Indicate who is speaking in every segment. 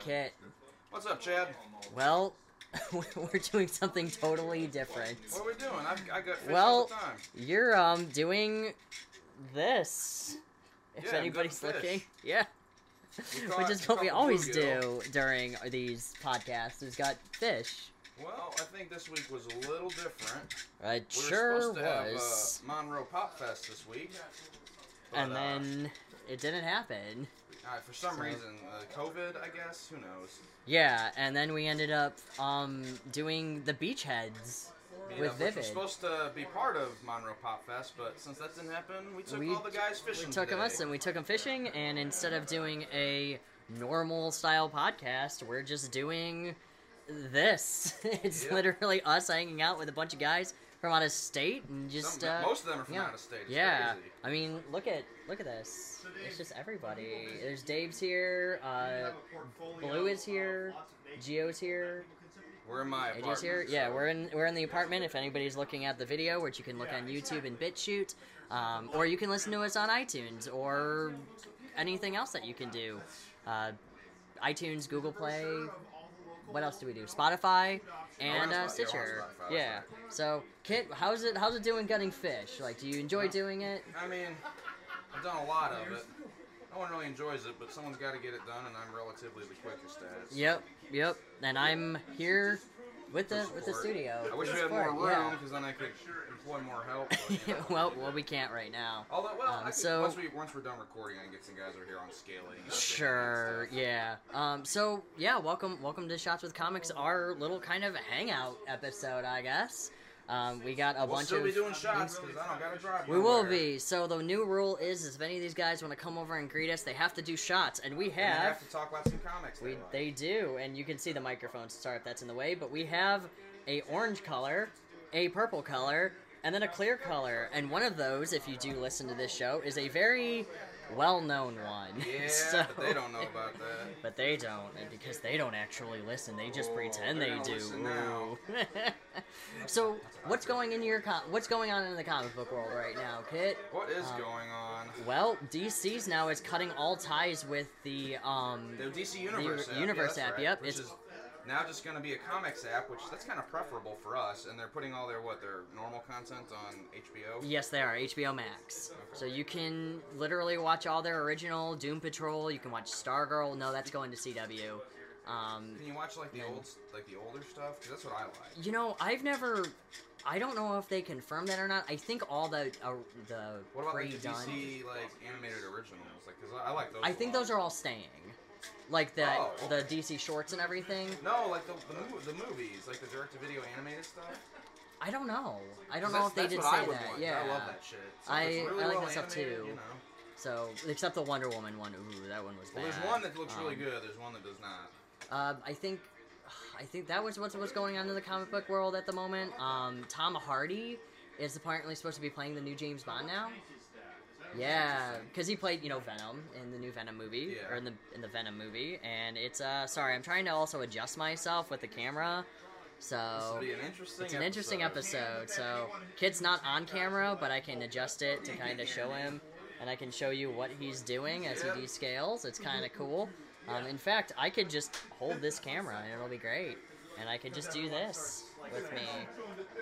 Speaker 1: Kit.
Speaker 2: What's up, Chad?
Speaker 1: Well, we're doing something totally different.
Speaker 2: What are we doing? I, I got fish all
Speaker 1: Well,
Speaker 2: the time.
Speaker 1: you're um doing this. If
Speaker 2: Yeah, I'm
Speaker 1: anybody's
Speaker 2: good at
Speaker 1: looking,
Speaker 2: fish.
Speaker 1: yeah,
Speaker 2: We
Speaker 1: which
Speaker 2: caught
Speaker 1: is
Speaker 2: a
Speaker 1: what we
Speaker 2: couple
Speaker 1: always
Speaker 2: bluegill.
Speaker 1: do during these podcasts. Is got fish.
Speaker 2: Well, I think this week was a little different.
Speaker 1: I
Speaker 2: We were
Speaker 1: sure
Speaker 2: supposed to have
Speaker 1: was,
Speaker 2: uh, Monroe Pop Fest this week. but,
Speaker 1: and
Speaker 2: uh,
Speaker 1: then it didn't happen.
Speaker 2: uh, for some
Speaker 1: so-
Speaker 2: reason, uh, COVID, I guess. Who knows?
Speaker 1: Yeah, and then we ended up um doing the beachheads. With
Speaker 2: Yeah, which was
Speaker 1: Vivid.
Speaker 2: supposed to be part of Monroe Pop Fest, but since that didn't happen, we took
Speaker 1: We-
Speaker 2: all the guys fishing.
Speaker 1: We took
Speaker 2: today.
Speaker 1: him us and we took him fishing, and instead of doing a normal style podcast, we're just doing this. it's
Speaker 2: Yeah.
Speaker 1: literally us hanging out with a bunch of guys from out of state and just
Speaker 2: Some-
Speaker 1: uh,
Speaker 2: most of them are from
Speaker 1: yeah.
Speaker 2: out of state. It's
Speaker 1: yeah,
Speaker 2: crazy.
Speaker 1: I mean, look at look at this. It's just everybody. There's Dave's here. Uh, Blue is here. Geo's here.
Speaker 2: We're in my
Speaker 1: AJ's
Speaker 2: apartment.
Speaker 1: here. Yeah,
Speaker 2: so-
Speaker 1: we're in we're in the apartment. If anybody's looking at the video, which you can look on YouTube and BitChute, um, or you can listen to us on iTunes or anything else that you can do. Uh, iTunes, Google Play. What else do we do? Spotify and
Speaker 2: We're on
Speaker 1: uh,
Speaker 2: Spotify,
Speaker 1: Stitcher.
Speaker 2: we're on Spotify,
Speaker 1: Yeah. So, Kit, how's it how's it doing gutting fish? Like, do you enjoy doing it?
Speaker 2: I mean, I've done a lot of it. No one really enjoys it, but someone's got to get it done, and I'm relatively the quickest at it.
Speaker 1: Yep, yep. And I'm here with the with the studio.
Speaker 2: I wish we had more room, because then I could employ more help. But, you
Speaker 1: Yeah.
Speaker 2: know.
Speaker 1: well, well, we can't right now.
Speaker 2: Although, well,
Speaker 1: Um,
Speaker 2: I could,
Speaker 1: so-
Speaker 2: once, we, once we're done recording, I can get some guys over here on scaling. and stuff.
Speaker 1: Sure. Yeah. Um. So yeah, welcome, welcome to Shots with Comics, our little kind of hangout episode, I guess. Um, we got a
Speaker 2: We'll
Speaker 1: bunch
Speaker 2: still
Speaker 1: of.
Speaker 2: be doing shots, because I don't got to drive.
Speaker 1: we will
Speaker 2: nowhere.
Speaker 1: be. So the new rule is, is if any of these guys want to come over and greet us, they have to do shots, and we
Speaker 2: And I
Speaker 1: have.
Speaker 2: have to talk about some comics.
Speaker 1: We,
Speaker 2: like.
Speaker 1: they do, and you can see the microphone. Sorry if that's in the way, but we have a orange color, a purple color, and then a clear color. And one of those, if you do listen to this show, is a very well-known one.
Speaker 2: Yeah,
Speaker 1: so,
Speaker 2: but they don't know about that.
Speaker 1: But they don't, and because they don't actually listen. They just
Speaker 2: Oh,
Speaker 1: pretend
Speaker 2: they're
Speaker 1: they
Speaker 2: gonna
Speaker 1: do.
Speaker 2: listen now.
Speaker 1: so, what's going in your com- what's going on in the comic book world right now, Kit?
Speaker 2: What
Speaker 1: Um,
Speaker 2: is going on?
Speaker 1: Well, DC's now is cutting all ties with the um
Speaker 2: The DC Universe
Speaker 1: the
Speaker 2: app.
Speaker 1: Universe
Speaker 2: yeah, that's
Speaker 1: app,
Speaker 2: right,
Speaker 1: yep,
Speaker 2: Which
Speaker 1: it's-
Speaker 2: is now just going to be a comics app, which that's kind of preferable for us. And they're putting all their what their normal content on HBO.
Speaker 1: Yes, they are HBO Max. So you can literally watch all their original Doom Patrol. You can watch Stargirl. No, that's going to CW. Um,
Speaker 2: Can you watch like the old like the older stuff? 'Cause that's what I like.
Speaker 1: you know, I've never. I don't know if they confirm that or not. I think all the uh, the
Speaker 2: What about like the
Speaker 1: pre-done.
Speaker 2: DC like animated originals? Like, 'cause I, I like those.
Speaker 1: I think
Speaker 2: a lot.
Speaker 1: those are all staying, like the
Speaker 2: Oh, okay.
Speaker 1: the DC shorts and everything.
Speaker 2: No, like the the, mov- the movies, like the direct-to-video animated stuff.
Speaker 1: I don't know. I
Speaker 2: 'Cause
Speaker 1: don't know
Speaker 2: that's-
Speaker 1: if they
Speaker 2: that's
Speaker 1: did
Speaker 2: what
Speaker 1: say
Speaker 2: I would
Speaker 1: that.
Speaker 2: want.
Speaker 1: Yeah.
Speaker 2: I love that shit. So
Speaker 1: I-
Speaker 2: if it's really
Speaker 1: I like
Speaker 2: well
Speaker 1: that stuff,
Speaker 2: animated,
Speaker 1: too.
Speaker 2: You know.
Speaker 1: So except the Wonder Woman one. Ooh, that one was
Speaker 2: Well,
Speaker 1: bad.
Speaker 2: there's one that looks really
Speaker 1: Um,
Speaker 2: good. There's one that does not.
Speaker 1: Um, I think, I think that was what's what's going on in the comic book world at the moment. Um, Tom Hardy is apparently supposed to be playing the new James Bond now. Yeah, because he played you know Venom in the new Venom movie
Speaker 2: Yeah.
Speaker 1: or in the in the Venom movie, and it's uh sorry I'm trying to also adjust myself with the camera,
Speaker 2: This will
Speaker 1: so.
Speaker 2: be an interesting.
Speaker 1: It's an interesting episode, so kid's not on camera, but I can adjust it to kind of show him, and I can show you what he's doing as he
Speaker 2: Yeah.
Speaker 1: descales. It's kind of cool. Um, in fact, I could just hold this camera and it'll be great, and I could just do this with me.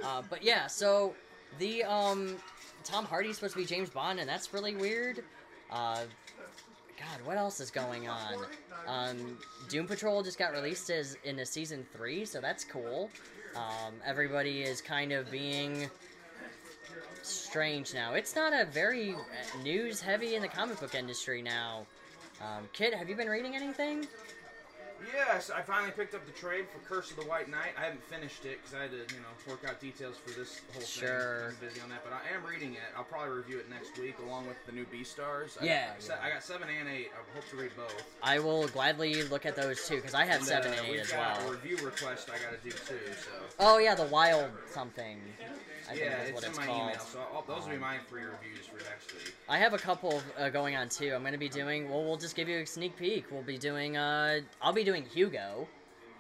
Speaker 1: Uh, but yeah, so the um, Tom Hardy's supposed to be James Bond, and that's really weird. Uh, God, what else is going on? Um, Doom Patrol just got released as in a season three, so that's cool. Um, everybody is kind of being strange now. It's not a very uh, news heavy in the comic book industry now. Um, Kid, have you been reading anything?
Speaker 2: Yes, I finally picked up the trade for Curse of the White Knight. I haven't finished it because I had to, you know, work out details for this whole
Speaker 1: Sure.
Speaker 2: thing. I'm busy on that, but I am reading it. I'll probably review it next week along with the new Beastars. I,
Speaker 1: Yeah,
Speaker 2: I, se-
Speaker 1: yeah.
Speaker 2: I got seven and eight. I hope to read both.
Speaker 1: I will gladly look at those too because I have
Speaker 2: And,
Speaker 1: seven
Speaker 2: uh,
Speaker 1: and eight
Speaker 2: we've
Speaker 1: as
Speaker 2: got a
Speaker 1: well.
Speaker 2: review request I got to do too. So
Speaker 1: Oh yeah, the wild something. I think
Speaker 2: yeah,
Speaker 1: is
Speaker 2: it's
Speaker 1: what
Speaker 2: in
Speaker 1: it's
Speaker 2: my
Speaker 1: called. Um,
Speaker 2: email. So I'll, those will be my three reviews for next week.
Speaker 1: I have a couple uh, going on too. I'm gonna be doing. Well, we'll just give you a sneak peek. We'll be doing. Uh, I'll be doing Hugo.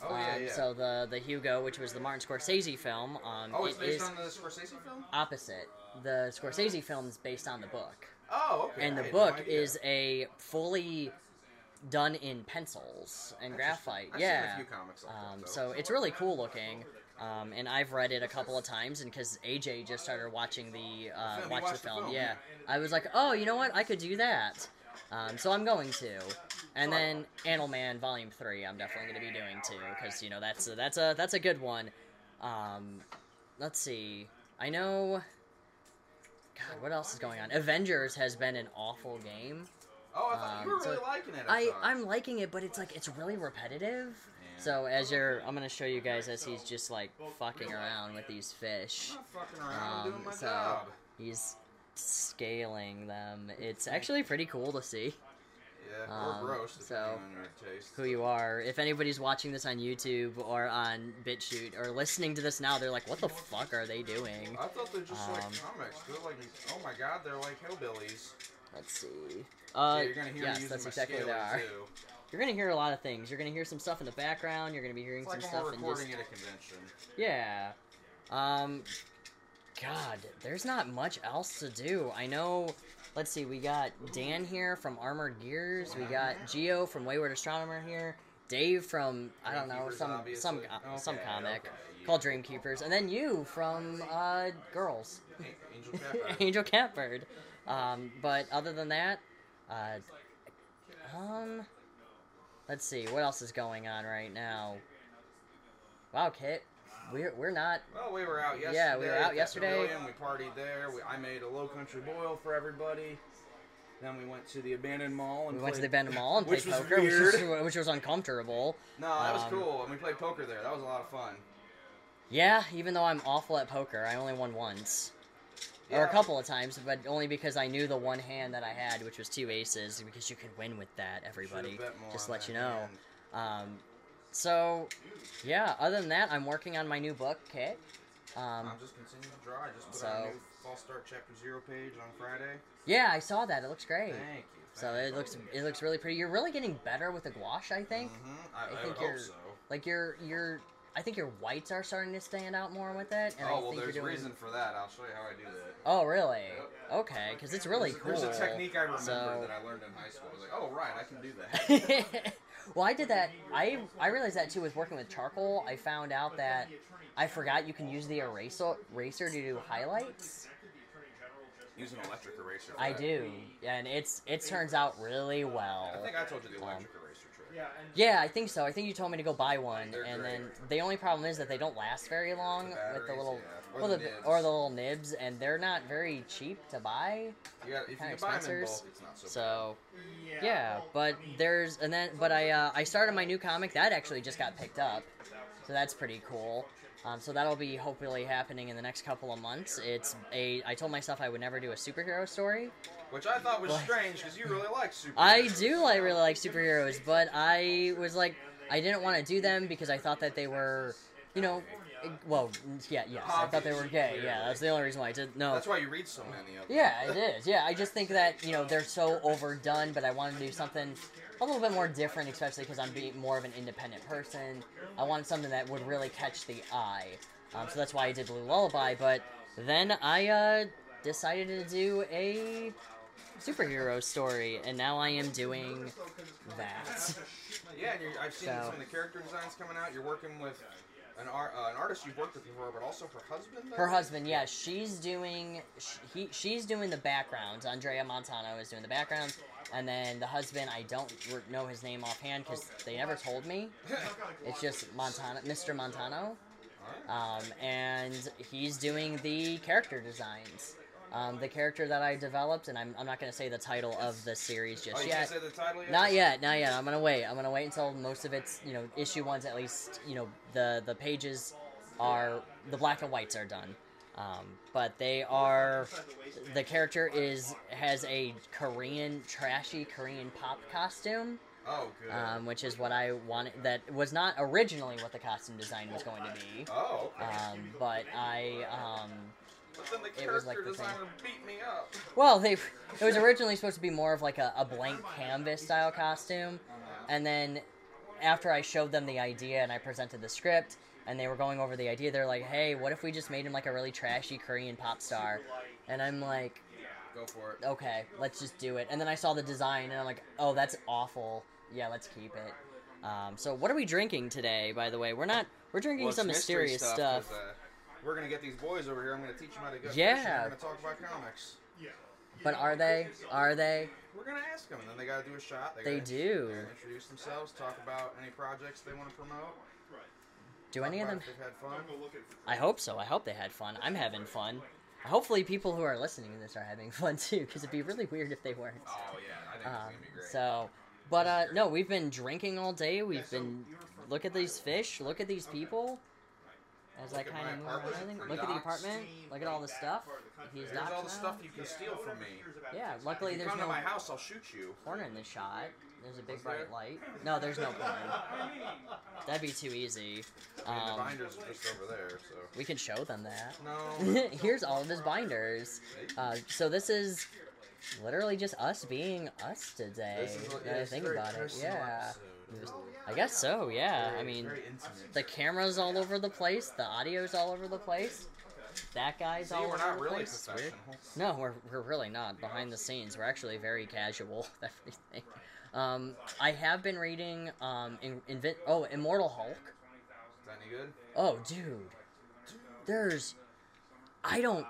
Speaker 2: Oh yeah,
Speaker 1: um,
Speaker 2: yeah.
Speaker 1: So the the Hugo, which was the Martin Scorsese film. Um,
Speaker 2: oh, it's
Speaker 1: it
Speaker 2: based
Speaker 1: is
Speaker 2: on the Scorsese film.
Speaker 1: opposite. The Scorsese film is based on the book,
Speaker 2: Oh, okay.
Speaker 1: and the
Speaker 2: I had no
Speaker 1: book
Speaker 2: idea.
Speaker 1: is a fully done in pencils and
Speaker 3: That's
Speaker 1: graphite.
Speaker 3: interesting. I've seen a
Speaker 1: yeah.
Speaker 3: few comics like that,
Speaker 1: um,
Speaker 3: though.
Speaker 1: so it's really cool looking. Um, and I've read it a couple of times, and because AJ just started watching the uh,
Speaker 3: film, you
Speaker 1: watch the
Speaker 3: watched the
Speaker 1: film,
Speaker 3: film,
Speaker 1: yeah, I was like, oh, you know what, I could do that. Um, so I'm going to, and then Animal Man Volume Three, I'm definitely going to be doing too, because you know that's a, that's a that's a good one. Um, let's see, I know. God, what else is going on? Avengers has been an awful game.
Speaker 2: Oh, I thought you
Speaker 1: Um,
Speaker 2: were really
Speaker 1: so
Speaker 2: liking it. I,
Speaker 1: I
Speaker 2: thought.
Speaker 1: I'm liking it, but it's like it's really repetitive. So as you're, I'm gonna show you guys as he's just like fucking around with these fish.
Speaker 2: I'm not fucking around. I'm
Speaker 1: Um,
Speaker 2: doing my
Speaker 1: so
Speaker 2: job.
Speaker 1: he's scaling them. It's actually pretty cool to see
Speaker 3: Yeah,
Speaker 1: um,
Speaker 3: or roast,
Speaker 1: so-
Speaker 3: depending on your taste.
Speaker 1: who you are. If anybody's watching this on YouTube or on BitChute or listening to this now, they're like, "What the fuck are they doing?"
Speaker 3: I thought they're just like
Speaker 1: Um,
Speaker 3: comics. They're like,
Speaker 2: Oh my god, they're like hillbillies.
Speaker 1: Let's see. Uh,
Speaker 3: yeah, you're gonna hear
Speaker 1: yes,
Speaker 3: me using
Speaker 1: that's
Speaker 3: my
Speaker 1: exactly what they
Speaker 3: scaler,
Speaker 1: are.
Speaker 3: too.
Speaker 1: You're gonna hear a lot of things. You're gonna hear some stuff in the background. You're gonna be hearing
Speaker 3: It's like
Speaker 1: some
Speaker 3: when we're
Speaker 1: stuff and just
Speaker 3: recording at a convention.
Speaker 1: Yeah. Um God, there's not much else to do. I know let's see, we got Dan here from Armored Gears, we got Geo from Wayward Astronomer here, Dave from I don't know,
Speaker 3: Dreamkeepers,
Speaker 1: some some
Speaker 3: obviously.
Speaker 1: uh, some
Speaker 3: Okay,
Speaker 1: comic
Speaker 3: okay, yeah.
Speaker 1: called Dream Keepers, and then you from uh Girls.
Speaker 3: Hey, Angel Pepper.
Speaker 1: Angel Catbird. Um, but other than that, uh, um, let's see what else is going on right now. Wow, Kit, we're we're not.
Speaker 2: Well, we were out yesterday.
Speaker 1: Yeah, we were out
Speaker 2: at that
Speaker 1: yesterday.
Speaker 2: Pavilion. We partied there. We, I made a low country boil for everybody. Then we went to the abandoned mall and
Speaker 1: We went to the
Speaker 2: played-
Speaker 1: abandoned mall and played
Speaker 2: Which was
Speaker 1: poker, which was,
Speaker 2: weird.
Speaker 1: which was uncomfortable.
Speaker 2: No, that was
Speaker 1: Um,
Speaker 2: cool, and we played poker there. That was a lot of fun.
Speaker 1: Yeah, even though I'm awful at poker, I only won once. Or a
Speaker 2: Yeah.
Speaker 1: couple of times, but only because I knew the one hand that I had, which was two aces, because you can win with that, everybody.
Speaker 2: Should've bet more
Speaker 1: Just
Speaker 2: on
Speaker 1: let
Speaker 2: that
Speaker 1: you know.
Speaker 2: hand.
Speaker 1: Um, so, yeah, other than that, I'm working on my new book, Kit. Um,
Speaker 2: I'm just continuing to draw. I just put
Speaker 1: So-
Speaker 2: out a new false start chapter zero page on Friday.
Speaker 1: yeah, I saw that. It looks great.
Speaker 2: Thank you.
Speaker 1: So it looks it looks really pretty. You're really getting better with the gouache, I think.
Speaker 2: hmm I, I,
Speaker 1: think
Speaker 2: would
Speaker 1: you're-
Speaker 2: hope so.
Speaker 1: Like your your I think your whites are starting to stand out more with it. And I
Speaker 3: oh well,
Speaker 1: think
Speaker 3: there's
Speaker 1: you're doing...
Speaker 3: reason for that. I'll show you how I do that.
Speaker 1: Oh really? Okay, because it's really
Speaker 3: there's,
Speaker 1: Oh, cool.
Speaker 3: a- There's a technique I remember
Speaker 1: So-
Speaker 3: that I learned in high school. I was like, oh right, I can do that.
Speaker 1: well, I did that. I I realized that too with working with charcoal. I found out that I forgot you can use the eraser eraser to do highlights.
Speaker 3: Use an electric eraser. for
Speaker 1: I
Speaker 3: that.
Speaker 1: do, and it's it turns out really well.
Speaker 3: I think I told you the electric eraser trick. Yeah.
Speaker 1: Yeah, I think so. I think you told me to go buy one,
Speaker 3: They're
Speaker 1: and
Speaker 3: great.
Speaker 1: then the only problem is that they don't last very long with the
Speaker 3: batteries,
Speaker 1: little
Speaker 3: yeah, or
Speaker 1: well,
Speaker 3: the
Speaker 1: the,
Speaker 3: nibs.
Speaker 1: or the little nibs, and they're not very cheap to buy.
Speaker 3: You got, if you
Speaker 1: Kinda
Speaker 3: can buy them in
Speaker 1: expensive.
Speaker 3: bulk, it's not so.
Speaker 1: So yeah, but there's and then but I uh, I started my new comic that actually just got picked up, so that's pretty cool. Um, so that'll be hopefully happening in the next couple of months. It's a I told myself I would never do a superhero story.
Speaker 3: bad. Which I thought was strange because you really like super.
Speaker 1: I do like really like superheroes, but I was like I didn't want to do them because I thought that they were, you know, well yeah yes I thought they were gay yeah that's the only reason why I did no
Speaker 3: That's why you read so many of them.
Speaker 1: Yeah, it is. Yeah, I just think that you know they're so overdone, but I want to do something a little bit more different, especially because I'm being more of an independent person. I wanted something that would really catch the eye, um, so that's why I did Blue Lullaby. But then I uh, decided to do a superhero story, and now I am doing that.
Speaker 2: Yeah, and you're, I've seen
Speaker 1: So-
Speaker 2: some of the character designs coming out. You're working with an, ar- uh, an artist you've worked with before, but also her husband. I
Speaker 1: Her
Speaker 2: think?
Speaker 1: husband, yeah, she's doing sh- he she's doing the backgrounds. Andrea Montano is doing the backgrounds, and then the husband I don't re- know his name offhand because they never told me.
Speaker 2: Oh,
Speaker 1: It's just Montano, Mr. Montano, um, and he's doing the character designs. Um, the character that I developed, and I'm, I'm not going to say the title of the series
Speaker 2: Oh,
Speaker 1: just
Speaker 2: you
Speaker 1: yet.
Speaker 2: can't say the title yet.
Speaker 1: Not yet, not yet. I'm gonna wait. I'm gonna wait until most of it's you know issue ones at least. You know the the pages are the black and whites are done, um, but they are the character is has a Korean trashy Korean pop costume,
Speaker 3: Oh good.
Speaker 1: um, which is what I wanted. That was not originally what the costume design was going to be,
Speaker 3: oh. Okay.
Speaker 1: um, but I. Um,
Speaker 3: but then the
Speaker 1: it was like
Speaker 3: character
Speaker 1: the thing.
Speaker 3: designer beat me up.
Speaker 1: Well, they it was originally supposed to be more of like a, a blank canvas style costume, and then after I showed them the idea and I presented the script, and they were going over the idea, they're like, "Hey, what if we just made him like a really trashy Korean pop star?" And I'm like,
Speaker 3: Go for it.
Speaker 1: "Okay, let's just do it." And then I saw the design, and I'm like, "Oh, that's awful." yeah, let's keep it. Um, so what are we drinking today? By the way, we're not. We're drinking
Speaker 2: Well, it's
Speaker 1: some
Speaker 2: mystery
Speaker 1: mysterious
Speaker 2: stuff,
Speaker 1: stuff.
Speaker 2: 'cause, uh, we're gonna get these boys over here. I'm gonna teach them how to go.
Speaker 1: Yeah.
Speaker 2: fishing. We're gonna talk about comics.
Speaker 1: But are they? Are they?
Speaker 2: We're gonna ask them, and then they gotta do a shot. They,
Speaker 1: They
Speaker 2: gotta,
Speaker 1: do.
Speaker 2: They're gonna introduce themselves, talk about any projects they want to promote.
Speaker 1: Do any of them?
Speaker 2: about if They've had fun.
Speaker 1: I hope so. I hope they had fun. I'm having fun. Hopefully, people who are listening to this are having fun too, because it'd be really weird if they weren't.
Speaker 2: Oh yeah, I think
Speaker 1: Um,
Speaker 2: it's gonna be great.
Speaker 1: so, but uh, no, we've been drinking all day. We've been look at these fish. Look at these people. As I
Speaker 2: Look at
Speaker 1: kind
Speaker 2: my
Speaker 1: of move around,
Speaker 2: apartment.
Speaker 1: everything.
Speaker 2: From
Speaker 1: look at the
Speaker 2: docks.
Speaker 1: apartment. Look at all the stuff. He's
Speaker 2: Here's all the
Speaker 1: doxed now.
Speaker 2: stuff you can steal from me.
Speaker 1: Yeah, luckily
Speaker 2: If you
Speaker 1: there's
Speaker 2: come
Speaker 1: no
Speaker 2: to my house, I'll shoot you.
Speaker 1: corn in the shot. There's a big
Speaker 2: Was there?
Speaker 1: bright light. No, there's no corn. That'd be too easy.
Speaker 2: I mean, the
Speaker 1: Um,
Speaker 2: binders are just over there, so.
Speaker 1: we can show them that.
Speaker 2: No.
Speaker 1: Here's all of his binders. Uh, so this is literally just us being us today.
Speaker 2: This is
Speaker 1: now
Speaker 2: what-
Speaker 1: that I
Speaker 2: it's
Speaker 1: think
Speaker 2: very
Speaker 1: about it.
Speaker 2: personal
Speaker 1: Yeah.
Speaker 2: episode.
Speaker 1: Just- I guess so. Yeah. I
Speaker 2: Very-
Speaker 1: mean,
Speaker 2: very intimate.
Speaker 1: the camera's all over the place. The audio's all over the place. That guy's
Speaker 2: See,
Speaker 1: all
Speaker 2: we're
Speaker 1: over
Speaker 2: not
Speaker 1: the
Speaker 2: really
Speaker 1: place. It's weird.
Speaker 2: professional.
Speaker 1: No, we're, we're really not. Behind the scenes, we're actually very casual with everything. Um, I have been reading um, in, Invin- oh Immortal Hulk.
Speaker 2: Is that any good?
Speaker 1: Oh, dude, there's I don't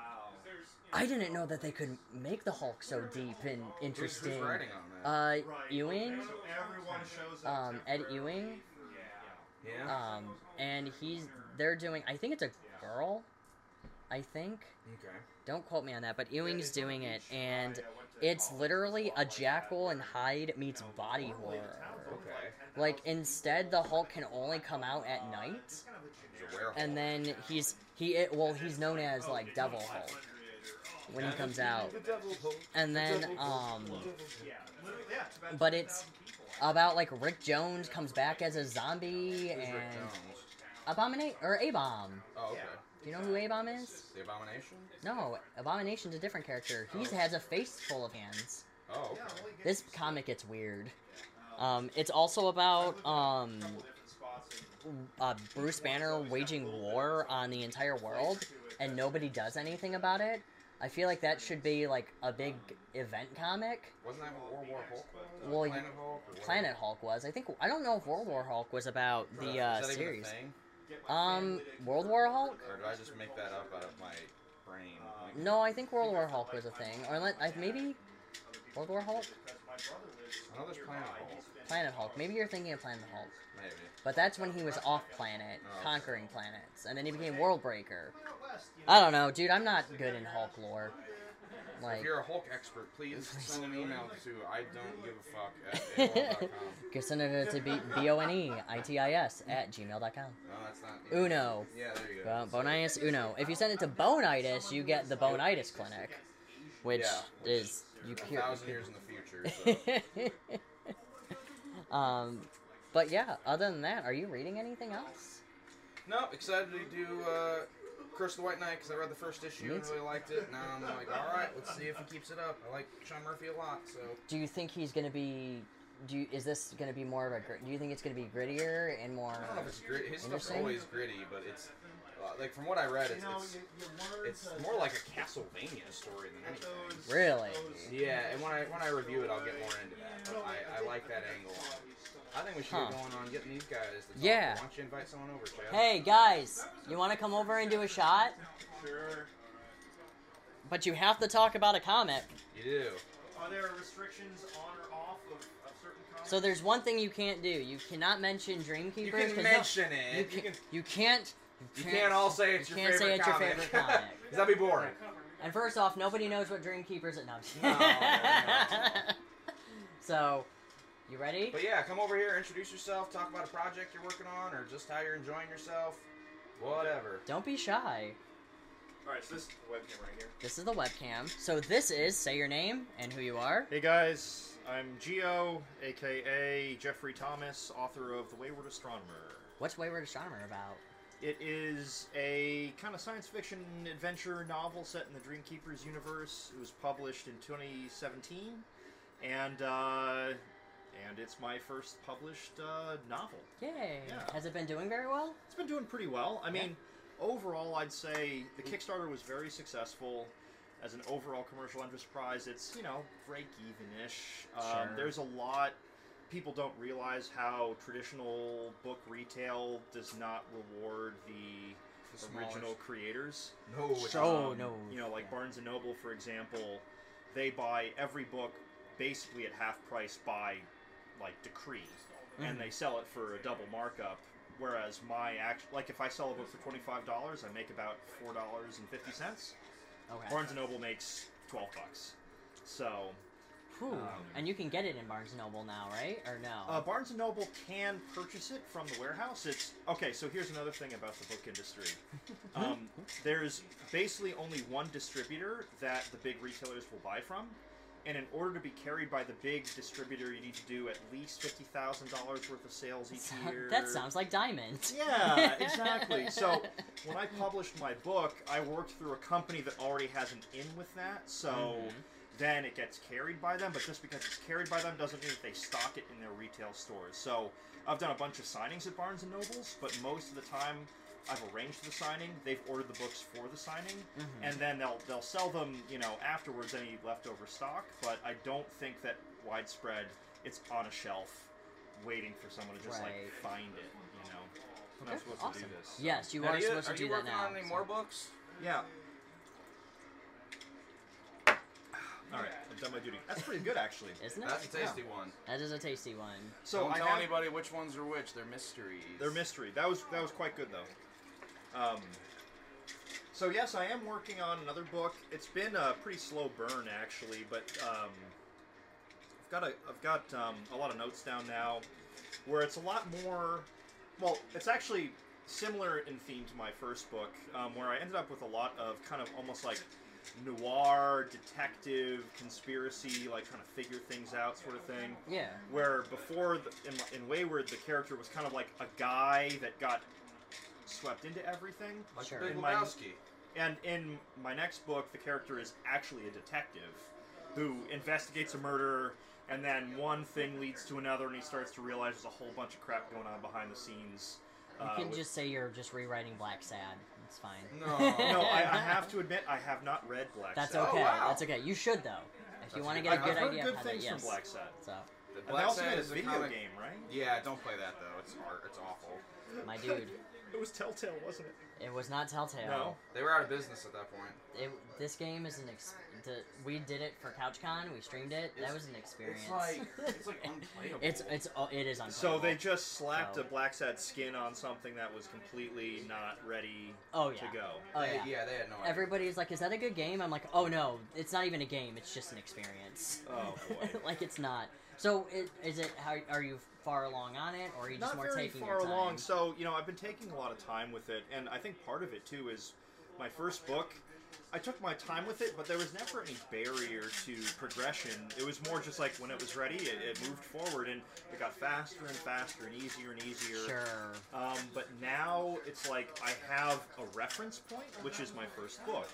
Speaker 1: I didn't know that they could make the Hulk so deep and
Speaker 2: Who's,
Speaker 1: interesting.
Speaker 2: who's writing on that?
Speaker 1: Uh,
Speaker 4: Right.
Speaker 1: Ewing,
Speaker 4: So everyone shows up
Speaker 1: um, Ed
Speaker 4: temporarily.
Speaker 1: Ewing,
Speaker 2: yeah.
Speaker 1: um, and he's they're doing. I think it's a girl. I think.
Speaker 2: okay.
Speaker 1: Don't quote me on that, but Ewing's doing it, and
Speaker 4: I went to
Speaker 1: it's
Speaker 4: college.
Speaker 1: literally a Jackal and Hyde meets body horror.
Speaker 2: Okay.
Speaker 1: Like instead, the Hulk can only come out at night,
Speaker 2: He's a werewolf.
Speaker 1: and then he's he well he's known as like Devil Hulk when he comes out.
Speaker 2: The devil Hulk.
Speaker 1: And then
Speaker 2: The devil
Speaker 1: um,
Speaker 2: Hulk. The devil Hulk.
Speaker 4: Yeah, literally, yeah, it's about
Speaker 1: but it's
Speaker 4: 10,000 people.
Speaker 1: about like Rick Jones comes back as a zombie
Speaker 2: Who's Rick
Speaker 1: and
Speaker 2: Jones?
Speaker 1: Abominate or A Bomb.
Speaker 2: Oh, okay.
Speaker 1: Do you know who A Bomb is?
Speaker 2: The Abomination?
Speaker 1: No, Abomination's a different character. He has a face full of hands.
Speaker 2: Oh, okay.
Speaker 4: Yeah, well, you get
Speaker 1: This comic gets weird. Um, it's also about um,
Speaker 4: a couple different spots and
Speaker 1: uh, Bruce Banner waging war on the entire world, and nobody does anything about it. I feel like that should be like a big event comic.
Speaker 2: Wasn't that what World War Hulk? was?
Speaker 1: Well,
Speaker 2: Planet
Speaker 1: you-
Speaker 2: Hulk? or whatever?
Speaker 1: Planet Hulk was. I think I don't know if World War Hulk was about the uh,
Speaker 2: Is that even a
Speaker 1: series.
Speaker 2: thing?
Speaker 4: get my
Speaker 1: Um, World War Hulk?
Speaker 2: Or did I just make that up out of my brain? Like,
Speaker 1: No, I think World War Hulk was a thing, or unless, I, maybe World War Hulk,
Speaker 4: because my brother lives
Speaker 2: I know there's Planet Hulk.
Speaker 1: Planet Hulk. Maybe you're thinking of Planet Hulk,
Speaker 2: Maybe.
Speaker 1: but that's when he was off planet,
Speaker 2: Oh.
Speaker 1: conquering planets, and then he became World Breaker.
Speaker 4: out west, you know,
Speaker 1: I don't know, dude. I'm not good in Hulk lore.
Speaker 2: if
Speaker 1: Like,
Speaker 2: you're a Hulk expert, please send an email to I don't give a fuck at AOL.com.
Speaker 1: can send it to b b o n e i t i s at gmail.com.
Speaker 2: No, that's not.
Speaker 1: Uno.
Speaker 2: Yeah, there you go.
Speaker 1: Bo- Bonitis Uno. If you send it to Bonitis, you get the Bonitis Clinic, which
Speaker 2: Yeah.
Speaker 1: is you
Speaker 2: a
Speaker 1: cure.
Speaker 2: thousand years in the future. So.
Speaker 1: um, but yeah. Other than that, are you reading anything else?
Speaker 2: no, excited to do uh, Curse of the White Knight because I read the first issue and
Speaker 1: Me
Speaker 2: really liked it. Now I'm like, all right, let's see if he keeps it up. I like Sean Murphy a lot, so
Speaker 1: Do you think he's gonna be? Do you, is this gonna be more of a? gr- Do you think it's gonna be grittier and more?
Speaker 2: I don't know if it's gritty. His stuff's
Speaker 1: Interesting.
Speaker 2: always gritty, but it's uh, like from what I read,
Speaker 4: you
Speaker 2: it's
Speaker 4: know,
Speaker 2: it's,
Speaker 4: your, your words,
Speaker 2: it's
Speaker 4: uh,
Speaker 2: more like a Castlevania story than anything.
Speaker 4: those-
Speaker 1: Really?
Speaker 4: those-
Speaker 2: Yeah, and when I when I review it, I'll get more into that. But I, I like that angle. on it. I think we should
Speaker 1: Huh.
Speaker 2: be going on getting these guys. To talk.
Speaker 1: Yeah.
Speaker 2: Why don't you invite someone over, Chad?
Speaker 1: Hey guys, you want to come over and do a shot?
Speaker 4: Sure.
Speaker 1: But you have to talk about a comic.
Speaker 2: You do.
Speaker 4: Are there restrictions on or off of, of certain comics?
Speaker 1: So there's one thing you can't do. You cannot mention Dreamkeeper.
Speaker 2: You
Speaker 1: 'cause
Speaker 2: can
Speaker 1: no-
Speaker 2: mention
Speaker 1: you,
Speaker 2: it. You can.
Speaker 1: can, you can't.
Speaker 2: You can't all say it's
Speaker 1: you
Speaker 2: your
Speaker 1: can't
Speaker 2: favorite
Speaker 1: say it's your
Speaker 2: comic.
Speaker 1: favorite comic.
Speaker 2: 'Cause that'd be boring.
Speaker 1: And first off, nobody knows what Dreamkeepers. No.
Speaker 2: No, no.
Speaker 1: so, you ready?
Speaker 2: But yeah, come over here, introduce yourself, talk about a project you're working on, or just how you're enjoying yourself. Whatever.
Speaker 1: Don't be shy.
Speaker 4: All right, so this is the webcam right here.
Speaker 1: This is the webcam. So this is say your name and who you are.
Speaker 4: Hey guys, I'm Geo, aka Jeffrey Thomas, author of The Wayward Astronomer.
Speaker 1: What's Wayward Astronomer about?
Speaker 4: It is a kind of science fiction adventure novel set in the Dreamkeepers universe. It was published in 2017, and uh, and it's my first published uh, novel.
Speaker 1: Yay!
Speaker 4: Yeah.
Speaker 1: Has it been doing very well?
Speaker 4: It's been doing pretty well. I mean, overall, I'd say the Kickstarter was very successful. As an overall commercial enterprise, it's you know break even ish. Um,
Speaker 1: Sure.
Speaker 4: There's a lot people don't realize how traditional book retail does not reward the,
Speaker 2: The smallers.
Speaker 4: original creators.
Speaker 3: No, it's
Speaker 1: Oh,
Speaker 4: Um,
Speaker 1: no.
Speaker 4: You know, like
Speaker 1: Yeah.
Speaker 4: Barnes and Noble, for example, they buy every book basically at half price by like decree,
Speaker 1: Mm.
Speaker 4: and they sell it for a double markup. Whereas my act, like if I sell a book for twenty five dollars, I make about four dollars and fifty cents.
Speaker 1: Okay.
Speaker 4: Barnes and Noble makes twelve bucks. So
Speaker 1: Whew.
Speaker 4: um,
Speaker 1: and you can get it in Barnes and Noble now, right? Or no?
Speaker 4: Uh, Barnes and Noble can purchase it from the warehouse. It's okay. So here's another thing about the book industry. Um, there's basically only one distributor that the big retailers will buy from, and in order to be carried by the big distributor, you need to do at least fifty thousand dollars worth of sales each
Speaker 1: Sou-
Speaker 4: year.
Speaker 1: that sounds like Diamond.
Speaker 4: Yeah, exactly. so when I published my book, I worked through a company that already has an in with that. So
Speaker 1: Mhm.
Speaker 4: then it gets carried by them, but just because it's carried by them doesn't mean that they stock it in their retail stores. So I've done a bunch of signings at Barnes and Nobles, but most of the time I've arranged the signing. They've ordered the books for the signing,
Speaker 1: Mhm.
Speaker 4: and then they'll they'll sell them, you know, afterwards any leftover stock. But I don't think that widespread. It's on a shelf, waiting for someone to just
Speaker 1: Right.
Speaker 4: like find it. You know. I'm
Speaker 1: Okay,
Speaker 4: not supposed
Speaker 1: awesome.
Speaker 4: to do this. so-
Speaker 1: Yes, you
Speaker 2: Now,
Speaker 1: are,
Speaker 2: do
Speaker 1: supposed
Speaker 2: are
Speaker 1: to do
Speaker 2: you
Speaker 1: that
Speaker 2: working
Speaker 1: now.
Speaker 2: on any
Speaker 1: so-
Speaker 2: more books?
Speaker 4: Yeah. All right, I've done my duty. That's pretty good, actually.
Speaker 1: Isn't it?
Speaker 2: That's a tasty one.
Speaker 1: That is a tasty one.
Speaker 4: So
Speaker 2: Don't
Speaker 4: I
Speaker 2: tell
Speaker 4: have,
Speaker 2: anybody which ones are which. They're mysteries.
Speaker 4: They're mystery. That was that was quite good though. Um, so yes, I am working on another book. It's been a pretty slow burn actually, but um, I've got a I've got um, a lot of notes down now, where it's a lot more. Well, it's actually similar in theme to my first book, um, where I ended up with a lot of kind of almost like noir, detective, conspiracy, like kind of figure things out sort of thing
Speaker 1: Yeah.
Speaker 4: where before the, in, in Wayward the character was kind of like a guy that got swept into everything,
Speaker 2: Like
Speaker 1: Sure.
Speaker 2: the Big
Speaker 4: In my-
Speaker 2: Lebowski.
Speaker 4: and in my next book the character is actually a detective who investigates a murder, and then one thing leads to another, and he starts to realize there's a whole bunch of crap going on behind the scenes.
Speaker 1: You
Speaker 4: uh,
Speaker 1: can
Speaker 4: with-
Speaker 1: just say you're just rewriting Black Sad. It's fine.
Speaker 2: No.
Speaker 4: no, I, I have to admit I have not read Black.
Speaker 1: That's
Speaker 4: Sat.
Speaker 2: Oh,
Speaker 1: okay.
Speaker 2: wow.
Speaker 1: That's okay. You should though, if you
Speaker 4: That's
Speaker 1: want to
Speaker 4: good.
Speaker 1: get a
Speaker 4: I've-
Speaker 1: good
Speaker 4: I've heard
Speaker 1: idea.
Speaker 4: Oh, good
Speaker 1: how that-
Speaker 4: things
Speaker 1: yes.
Speaker 4: from Black Sat.
Speaker 1: So,
Speaker 2: The
Speaker 4: And they also
Speaker 2: Sad
Speaker 4: made a
Speaker 2: is
Speaker 4: video
Speaker 2: comic-
Speaker 4: game, right?
Speaker 2: Yeah, don't play that though. It's art. It's awful.
Speaker 1: my dude,
Speaker 4: It was Telltale, wasn't it?
Speaker 1: it was not Telltale.
Speaker 4: No.
Speaker 2: They were out of business at that point.
Speaker 1: It, this game is an ex. The, we did it for CouchCon. We streamed it.
Speaker 2: It's-
Speaker 1: that was an experience.
Speaker 2: It's like it's like unplayable.
Speaker 1: it's it's oh, it is
Speaker 4: So
Speaker 1: unplayable.
Speaker 4: they just slapped
Speaker 1: So-
Speaker 4: a black sad skin on something that was completely not ready
Speaker 1: Oh yeah.
Speaker 4: to go.
Speaker 1: Oh
Speaker 2: They-
Speaker 1: yeah.
Speaker 2: they had no idea.
Speaker 1: Everybody's like, "Is that a good game?" I'm like, "Oh no, it's not even a game. It's just an experience."
Speaker 4: Oh, boy.
Speaker 1: like it's not. So it, is it? How are you far along on it, or are you just
Speaker 4: Not
Speaker 1: more
Speaker 4: very
Speaker 1: taking
Speaker 4: far
Speaker 1: your time?
Speaker 4: along. So you know, I've been taking a lot of time with it, and I think part of it too is my first book. I took my time with it, but there was never any barrier to progression. It was more just like when it was ready, it, it moved forward, and it got faster and faster and easier and easier.
Speaker 1: Sure.
Speaker 4: Um, but now it's like I have a reference point, which is my first book.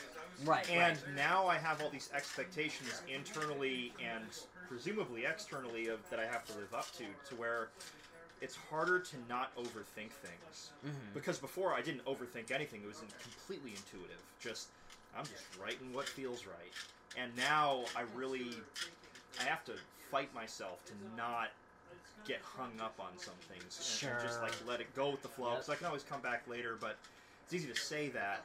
Speaker 1: Right.
Speaker 4: And
Speaker 1: right.
Speaker 4: now I have all these expectations internally and presumably externally of that I have to live up to, to where it's harder to not overthink things.
Speaker 1: Mm-hmm.
Speaker 4: Because before I didn't overthink anything; it was in- completely intuitive. Just I'm just writing what feels right. And now I really I have to fight myself to not get hung up on some things and, and just
Speaker 1: Sure.
Speaker 4: like let it go with the flow.
Speaker 1: Yep.
Speaker 4: Because I can always come back later, but it's easy to say that.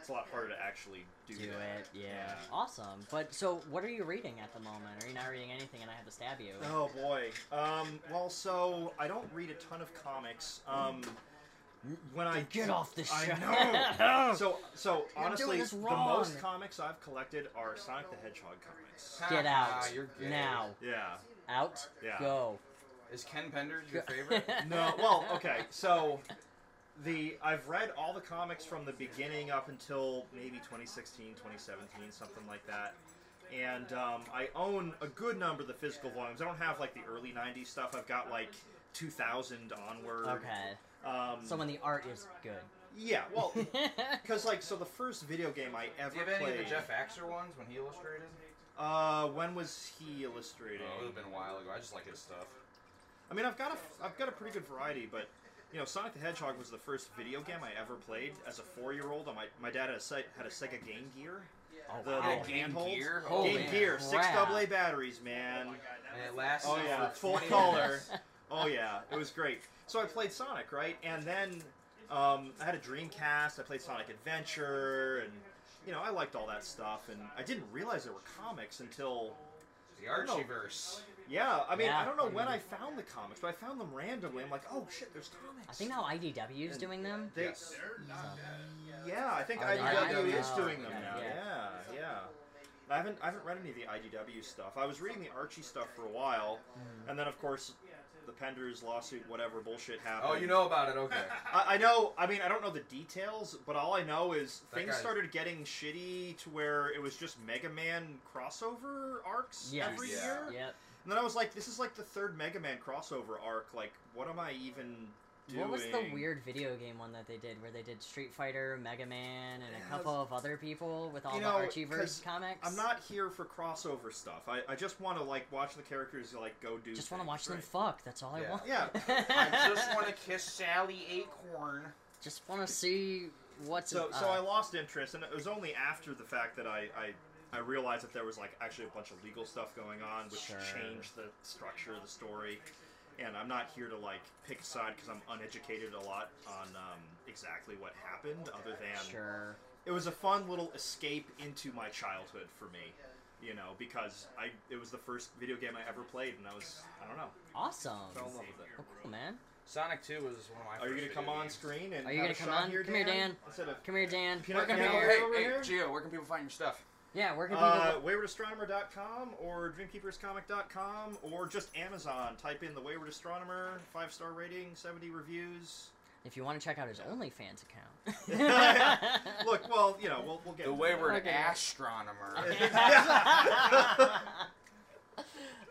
Speaker 4: It's a lot harder to actually do,
Speaker 1: do
Speaker 4: that.
Speaker 1: it. Yeah. Awesome. But so, what are you reading at the moment? Are you not reading anything, and I have to stab you?
Speaker 4: Oh boy. Um, well, so I don't read a ton of comics. Um, when I
Speaker 1: Get off this
Speaker 4: I
Speaker 1: show.
Speaker 4: know. so so
Speaker 1: You're
Speaker 4: honestly,
Speaker 1: doing this
Speaker 4: the
Speaker 1: wrong.
Speaker 4: most comics I've collected are Sonic the Hedgehog comics.
Speaker 1: Get
Speaker 2: Ah,
Speaker 1: out
Speaker 2: you're gay.
Speaker 1: now.
Speaker 4: Yeah.
Speaker 1: Out.
Speaker 4: Yeah.
Speaker 1: Go.
Speaker 2: Is Ken Penders your favorite?
Speaker 4: No. Well, okay. So the I've read all the comics from the beginning up until maybe 2016, 2017, something like that. And um, I own a good number of the physical volumes. I don't have like the early 90s stuff. I've got like 2000 onward.
Speaker 1: Okay.
Speaker 4: Um,
Speaker 1: So when the art is good. Oh,
Speaker 4: Yeah, well, because like, so the first video game I ever
Speaker 2: Do you have any
Speaker 4: played.
Speaker 2: of the Jeff Axer ones when he illustrated?
Speaker 4: uh, when was he illustrating?
Speaker 2: Oh, it would have been a while ago. I just like his stuff.
Speaker 4: I mean, I've got a, I've got a pretty good variety, but You know, Sonic the Hedgehog was the first video game I ever played as a four-year-old. Uh, My my dad had a, Se- had a Sega Game Gear.
Speaker 1: Oh,
Speaker 4: the
Speaker 1: wow.
Speaker 4: little
Speaker 2: Game
Speaker 4: handheld.
Speaker 2: Gear?
Speaker 1: Holy
Speaker 4: Game Gear, six
Speaker 1: crap.
Speaker 4: AA batteries, man.
Speaker 2: And it lasts
Speaker 4: Oh yeah,
Speaker 2: for
Speaker 4: full
Speaker 2: 20
Speaker 4: color.
Speaker 2: minutes.
Speaker 4: Oh yeah, it was great. So I played Sonic, right? And then um, I had a Dreamcast. I played Sonic Adventure, and you know I liked all that stuff. And I didn't realize there were comics until
Speaker 2: The Archieverse.
Speaker 4: yeah. I mean
Speaker 1: Yeah.
Speaker 4: I don't know when I found the comics, but I found them randomly. I'm like, oh shit, there's comics.
Speaker 1: I think now IDW is
Speaker 4: And-
Speaker 1: doing them.
Speaker 4: They,
Speaker 2: Yes. Oh,
Speaker 4: Yeah, I think
Speaker 1: Are they
Speaker 4: IDW
Speaker 1: not?
Speaker 4: is doing them
Speaker 1: Okay,
Speaker 4: now. Yeah, yeah. I haven't I haven't read any of the IDW stuff. I was reading the Archie stuff for a while,
Speaker 2: Mm.
Speaker 4: and then of course the Penders lawsuit, whatever bullshit happened.
Speaker 2: Oh, you know about it. Okay.
Speaker 4: I, I know. I mean, I don't know the details, but all I know is
Speaker 2: That
Speaker 4: things
Speaker 2: guy's-
Speaker 4: started getting shitty to where it was just Mega Man crossover arcs
Speaker 1: Yes.
Speaker 4: every
Speaker 2: Yeah.
Speaker 4: year.
Speaker 1: Yep.
Speaker 4: And then I was like, this is like the third Mega Man crossover arc. Like, what am I even doing?
Speaker 1: What was the weird video game one that they did where they did Street Fighter, Mega Man, and
Speaker 4: Yeah,
Speaker 1: a couple of other people with all
Speaker 4: You
Speaker 1: the
Speaker 4: know, 'cause
Speaker 1: Archieverse comics?
Speaker 4: I'm not here for crossover stuff. I, I just want to like watch the characters like go do.
Speaker 1: Just want to
Speaker 4: things,
Speaker 1: watch them
Speaker 4: right?
Speaker 1: fuck. That's all
Speaker 2: Yeah.
Speaker 1: I want.
Speaker 4: Yeah.
Speaker 3: I just want to kiss Sally Acorn.
Speaker 1: Just want to see what's.
Speaker 4: So so
Speaker 1: uh,
Speaker 4: I lost interest, and it was only after the fact that I. I I realized that there was like actually a bunch of legal stuff going on, which
Speaker 1: Sure.
Speaker 4: changed the structure of the story. And I'm not here to like pick a side because I'm uneducated a lot on um, exactly what happened, other than
Speaker 1: sure.
Speaker 4: it was a fun little escape into my childhood for me, you know, because I it was the first video game I ever played, and I was I don't know
Speaker 1: Awesome.
Speaker 4: fell in
Speaker 1: Oh,
Speaker 4: love with it.
Speaker 1: cool, man.
Speaker 2: Sonic 2 was one of my.
Speaker 4: Are you
Speaker 2: going
Speaker 4: gonna
Speaker 2: to
Speaker 4: come on screen and
Speaker 1: Are you
Speaker 4: have
Speaker 1: gonna come
Speaker 4: a shot
Speaker 1: on?
Speaker 4: here,
Speaker 1: Come here, Dan.
Speaker 4: Instead of
Speaker 1: Come here, Dan.
Speaker 4: Peanut
Speaker 1: We're gonna
Speaker 4: Gallery.
Speaker 1: be
Speaker 2: Hey,
Speaker 1: here.
Speaker 4: over
Speaker 2: hey,
Speaker 4: here?
Speaker 2: Gio, where can people find your stuff?
Speaker 1: Yeah, where can people?
Speaker 4: uh, waywardastronomer.com or dreamkeeperscomic.com or just Amazon. Type in the Wayward Astronomer, five star rating, seventy reviews.
Speaker 1: if you want to check out his OnlyFans account.
Speaker 4: Look, well, you know, we'll we'll get
Speaker 2: The
Speaker 4: into
Speaker 2: Wayward
Speaker 1: Okay.
Speaker 2: Astronomer.
Speaker 4: that. Yeah.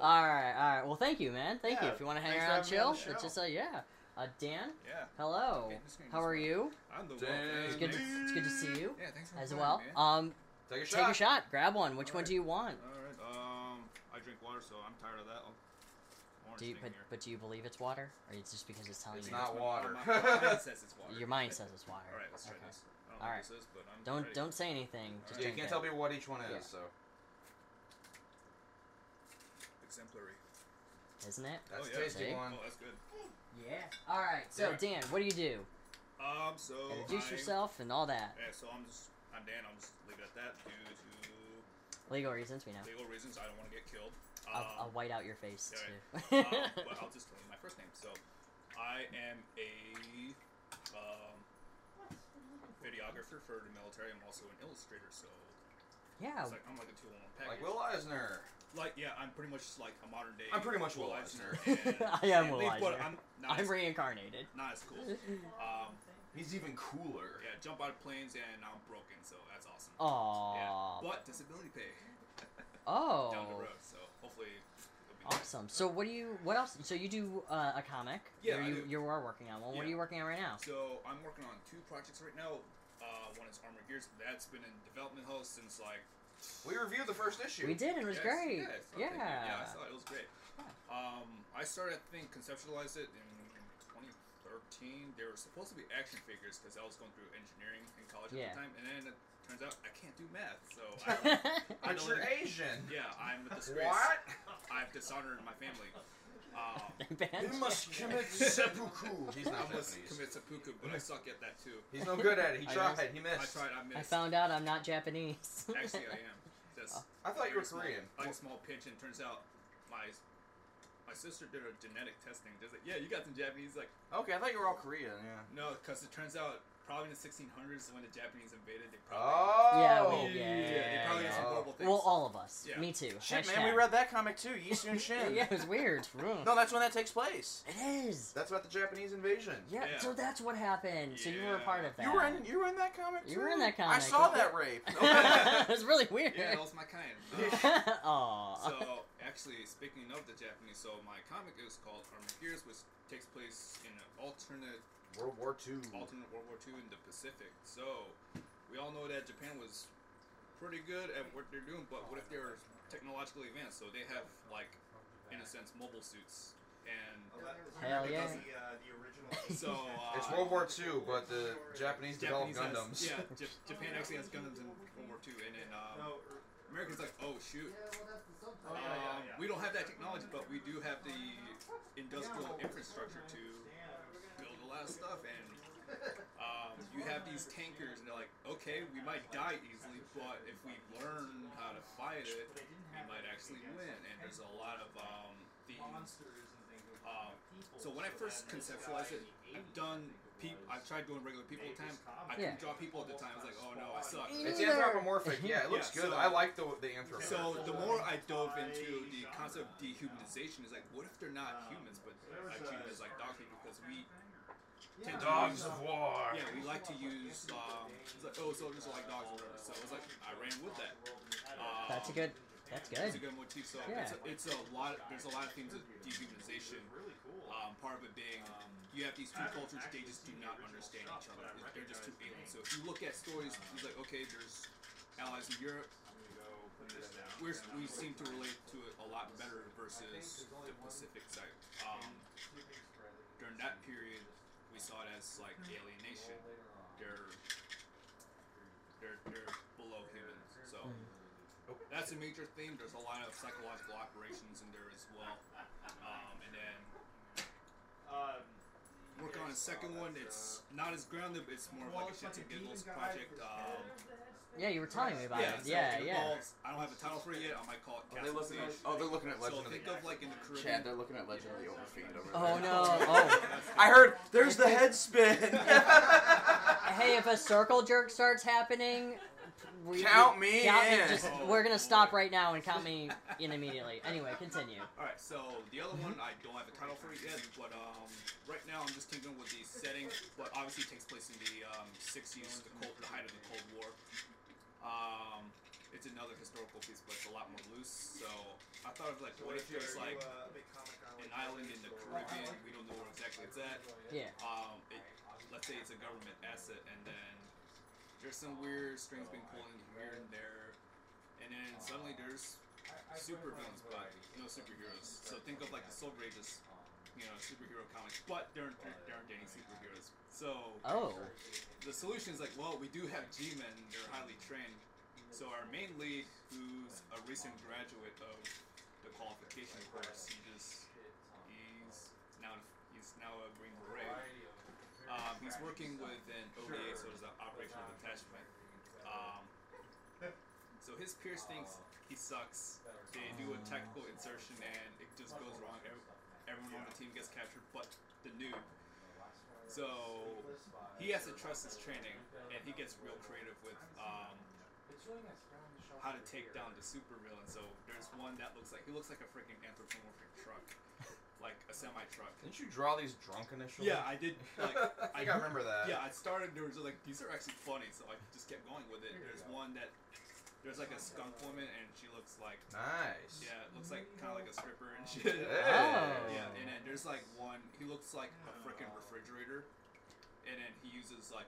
Speaker 1: all right, all right. Well, thank you, man. Thank you.
Speaker 4: Yeah,
Speaker 1: If you want to hang
Speaker 4: thanks for
Speaker 1: around,
Speaker 4: having me on
Speaker 1: chill.
Speaker 4: the
Speaker 1: It's
Speaker 4: show.
Speaker 1: just a yeah. Uh, Dan,
Speaker 5: Yeah,
Speaker 1: hello.
Speaker 5: Okay, this game
Speaker 1: How
Speaker 5: is
Speaker 1: are
Speaker 5: fun.
Speaker 1: you?
Speaker 5: I'm the
Speaker 2: Damn.
Speaker 5: one.
Speaker 1: It's good. To, it's good to see you
Speaker 5: Yeah, thanks for
Speaker 1: as
Speaker 5: having
Speaker 1: well.
Speaker 5: me, man.
Speaker 1: Um,
Speaker 2: Take a shot.
Speaker 1: take a shot. Grab one. Which one
Speaker 5: Alright.
Speaker 1: do you want?
Speaker 5: All right. Um, I drink water, so I'm tired of that. I'll- orange
Speaker 1: Do you,
Speaker 5: thing
Speaker 1: but,
Speaker 5: here.
Speaker 1: but do you believe it's water, or it's just because it's telling
Speaker 5: It's
Speaker 1: you?
Speaker 2: not
Speaker 5: my-
Speaker 2: water.
Speaker 5: My, my mind says it's water.
Speaker 1: Your mind says it's water.
Speaker 5: All right, let's try
Speaker 1: Okay.
Speaker 5: this. I don't know
Speaker 1: All
Speaker 5: what
Speaker 1: right.
Speaker 5: this is, but I'm
Speaker 1: Don't
Speaker 5: ready.
Speaker 1: don't say anything. Just
Speaker 2: Yeah, you
Speaker 1: drink it.
Speaker 2: can't tell me what each one is,
Speaker 1: Yeah.
Speaker 2: so
Speaker 5: Exemplary.
Speaker 1: Isn't it?
Speaker 2: that's
Speaker 5: oh,
Speaker 2: a
Speaker 5: yeah.
Speaker 2: tasty
Speaker 1: See?
Speaker 2: one.
Speaker 5: Oh, that's good.
Speaker 1: Yeah. All right. So
Speaker 5: Yeah.
Speaker 1: Dan, what do you do?
Speaker 5: Um, so
Speaker 1: Introduce
Speaker 5: I'm,
Speaker 1: yourself and all that.
Speaker 5: Yeah, so I'm just I'm Dan. I'll just leave it at that due to
Speaker 1: Legal reasons, we know.
Speaker 5: legal reasons. I don't want to get killed. Um,
Speaker 1: I'll, I'll white out your face too.
Speaker 5: yeah, um, but I'll just tell you my first name. So, I am a um, videographer for the military. I'm also an illustrator, so
Speaker 1: yeah.
Speaker 5: it's like I'm like a two-in-one package.
Speaker 2: Like Will Eisner.
Speaker 5: Like, yeah, I'm pretty much like a modern day.
Speaker 2: I'm pretty much Will
Speaker 5: and-
Speaker 1: I am
Speaker 5: and
Speaker 1: Will
Speaker 5: leave-
Speaker 1: Eisner.
Speaker 5: But I'm not,
Speaker 1: I'm
Speaker 5: as,
Speaker 1: reincarnated.
Speaker 5: not as cool. Um,
Speaker 2: He's even cooler.
Speaker 5: yeah, jump out of planes and I'm broken, so that's awesome.
Speaker 1: Aww.
Speaker 5: Yeah, but disability pay
Speaker 1: oh.
Speaker 5: down the road, so hopefully. it'll be-
Speaker 1: Awesome. So what do you? What else? So you do uh, a comic?
Speaker 5: Yeah,
Speaker 1: Or
Speaker 5: I
Speaker 1: You
Speaker 5: do.
Speaker 1: you are working on one. What are
Speaker 5: Yeah.
Speaker 1: you working on right now?
Speaker 5: So I'm working on two projects right now. Uh, one is Armored Gears. That's been in development hell since like.
Speaker 2: We reviewed the first issue.
Speaker 1: We did, and it was
Speaker 5: yes,
Speaker 1: great.
Speaker 5: yes, oh,
Speaker 1: yeah.
Speaker 5: thank you. Yeah, I saw it. It was great. Um, I started, I think, conceptualized it in 2013. They were supposed to be action figures because I was going through engineering in college
Speaker 1: Yeah.
Speaker 5: at the time, and then it turns out I can't do math, so I, I
Speaker 2: But
Speaker 5: don't.
Speaker 2: you're
Speaker 5: even-
Speaker 2: Asian.
Speaker 5: yeah, I'm a disgrace.
Speaker 2: What?
Speaker 5: I've dishonored my family. Um,
Speaker 1: Band-
Speaker 2: commit seppuku. He's
Speaker 5: I
Speaker 2: not Japanese.
Speaker 5: almost commit seppuku, but I suck at that too.
Speaker 2: He's no good at it. He
Speaker 1: I
Speaker 2: tried.
Speaker 1: know.
Speaker 2: He
Speaker 5: I
Speaker 2: missed.
Speaker 5: tried. I
Speaker 1: I
Speaker 5: missed.
Speaker 1: found Oh. out I'm not Japanese.
Speaker 5: Actually, I am. That's
Speaker 2: I thought you were
Speaker 5: very small-
Speaker 2: Korean.
Speaker 5: Like a small pinch, and turns out my my sister did a genetic testing. Just like, yeah, you got some Japanese. Like,
Speaker 2: Okay, I thought you were all Korean. Yeah.
Speaker 5: no, because it turns out probably in the 1600s when the Japanese invaded, they probably
Speaker 2: Oh.
Speaker 1: we-
Speaker 5: they probably did some
Speaker 2: yeah.
Speaker 5: horrible things.
Speaker 1: well, all of us.
Speaker 5: Yeah.
Speaker 1: Me too.
Speaker 3: Shit, man,
Speaker 1: Hashtag.
Speaker 3: we read that comic too. Yisun Shin.
Speaker 1: yeah, it was weird.
Speaker 3: No, that's when that takes place.
Speaker 1: It is.
Speaker 2: That's about the Japanese invasion.
Speaker 1: Yeah,
Speaker 5: Yeah.
Speaker 1: so that's what happened. So you were a
Speaker 5: Yeah.
Speaker 1: part of that.
Speaker 3: You were in. You were in that comic.
Speaker 1: You
Speaker 3: too?
Speaker 1: were in that
Speaker 3: I
Speaker 1: comic.
Speaker 3: saw that rape.
Speaker 1: it was really weird.
Speaker 5: yeah, that was my kind. Um,
Speaker 1: Oh.
Speaker 5: so actually speaking of the japanese so my comic is called armored gears which takes place in an alternate
Speaker 2: World War II.
Speaker 5: alternate world war ii in the pacific so we all know that japan was pretty good at what they're doing but what if they're technologically advanced so they have like in a sense mobile suits and
Speaker 1: Hell yeah.
Speaker 4: uh,
Speaker 5: so uh,
Speaker 2: It's World War II, but the Japanese developed Gundams.
Speaker 5: Japanese has- yeah, J- Japan actually has Gundams in World War II, and then
Speaker 4: er,
Speaker 5: um, America's like, oh shoot,
Speaker 6: Oh,
Speaker 5: um, we don't have that technology, but we do have the industrial infrastructure to build a lot of stuff, and um, you have these tankers, and they're like, okay, we might die easily, but if we learn how to fight it, we might actually win. And there's a lot of um, themes um, so when I first conceptualized it, I've done peop I've tried doing regular people at the time. I
Speaker 1: Yeah.
Speaker 5: can draw people at the time. I was like, oh no, I suck.
Speaker 2: It's
Speaker 1: Neither.
Speaker 2: anthropomorphic. Yeah, it looks
Speaker 5: Yeah,
Speaker 2: good.
Speaker 5: so-
Speaker 2: I like the the anthropomorphic.
Speaker 5: So the more I dove into the concept of dehumanization, is like, what if they're not humans, but I treat them as like dog people because we tend to
Speaker 2: Dogs
Speaker 5: use-
Speaker 2: of War.
Speaker 5: Yeah, we like to use. Um, it's like, oh, soldiers are like dogs, or whatever. So I was like, I ran with that. Um,
Speaker 1: That's a good. That's
Speaker 5: It's a
Speaker 1: good.
Speaker 5: good motif. So
Speaker 1: Yeah.
Speaker 5: it's, a, it's a lot. There's a lot of themes of dehumanization. Um, part of it being um, you have these two cultures. They just do not understand each other. They're just too alien. So if you look at stories, it's like okay, there's allies in Europe. We're, we seem to relate to it a lot better versus the Pacific side. Um, during that period, we saw it as like alienation. They're they're they're below humans. So
Speaker 1: Hmm.
Speaker 5: that's a major theme. There's a lot of psychological operations in there as well. Um, and then
Speaker 4: um,
Speaker 5: work on a second one. It's not as grounded. but It's more of like a shits and giggles project. Um,
Speaker 1: Yeah, you were telling me about it.
Speaker 5: so
Speaker 1: Yeah,
Speaker 5: it
Speaker 1: yeah.
Speaker 5: involves- I don't have a title for it yet. I might call it.
Speaker 7: Are they
Speaker 5: Castle
Speaker 7: looking at?
Speaker 5: Siege.
Speaker 7: Oh, they're looking at
Speaker 5: so
Speaker 7: Legend of
Speaker 5: think
Speaker 7: the.
Speaker 5: of like in the
Speaker 7: Chad,
Speaker 5: Caribbean.
Speaker 7: they're looking at Legend of the Overfiend over
Speaker 1: Oh
Speaker 7: there.
Speaker 1: no! Oh,
Speaker 7: I heard there's the head spin.
Speaker 1: hey, if a circle jerk starts happening, we,
Speaker 7: Count me
Speaker 1: count
Speaker 7: in.
Speaker 1: just, we're gonna stop right now and count me in immediately. Anyway, continue.
Speaker 5: All right, so the other one I don't have a title for it yet, but um, right now I'm just tinkering with the setting. But obviously, it takes place in the um, 60s, the cold, the height of the Cold War. Um, it's another historical piece, but it's a lot more loose. So I thought of like, what if there's like
Speaker 4: uh,
Speaker 5: an island in the Caribbean? We don't know where exactly it's at.
Speaker 1: Yeah.
Speaker 5: Um, it, let's say it's a government asset, and then there's some weird strings being pulled in here and there, and then suddenly there's super villains, but no superheroes. So think of like the Silver Age as, you know, superhero comics, but there aren't, there aren't any superheroes. So
Speaker 1: Oh,
Speaker 5: the solution is like, well, we do have G-men, they're highly trained. So our main lead, who's a recent graduate of the qualification course, he just he's now he's now a Green Beret. Um, he's working with an ODA, so it's an operational detachment. Um, so his peers thinks he sucks. They do a tactical insertion and it just goes wrong. Ev- Everyone on the team gets captured, but the noob. So he has to trust his training, and he gets real creative with um, how to take down the supervillain. So there's one that looks like he looks like a freaking anthropomorphic truck, like a semi truck.
Speaker 2: Didn't you draw these drunk initially?
Speaker 5: Yeah, I did. Like,
Speaker 2: I think I remember that.
Speaker 1: Uh,
Speaker 5: yeah, I started. There was like these are actually funny, so I just kept going with it. There's one that there's like a skunk woman, and she looks like
Speaker 2: Nice.
Speaker 5: yeah, it looks like kind of like a stripper and shit.
Speaker 1: Oh.
Speaker 5: Yeah, and then there's like one. He looks like a freaking refrigerator, and then he uses like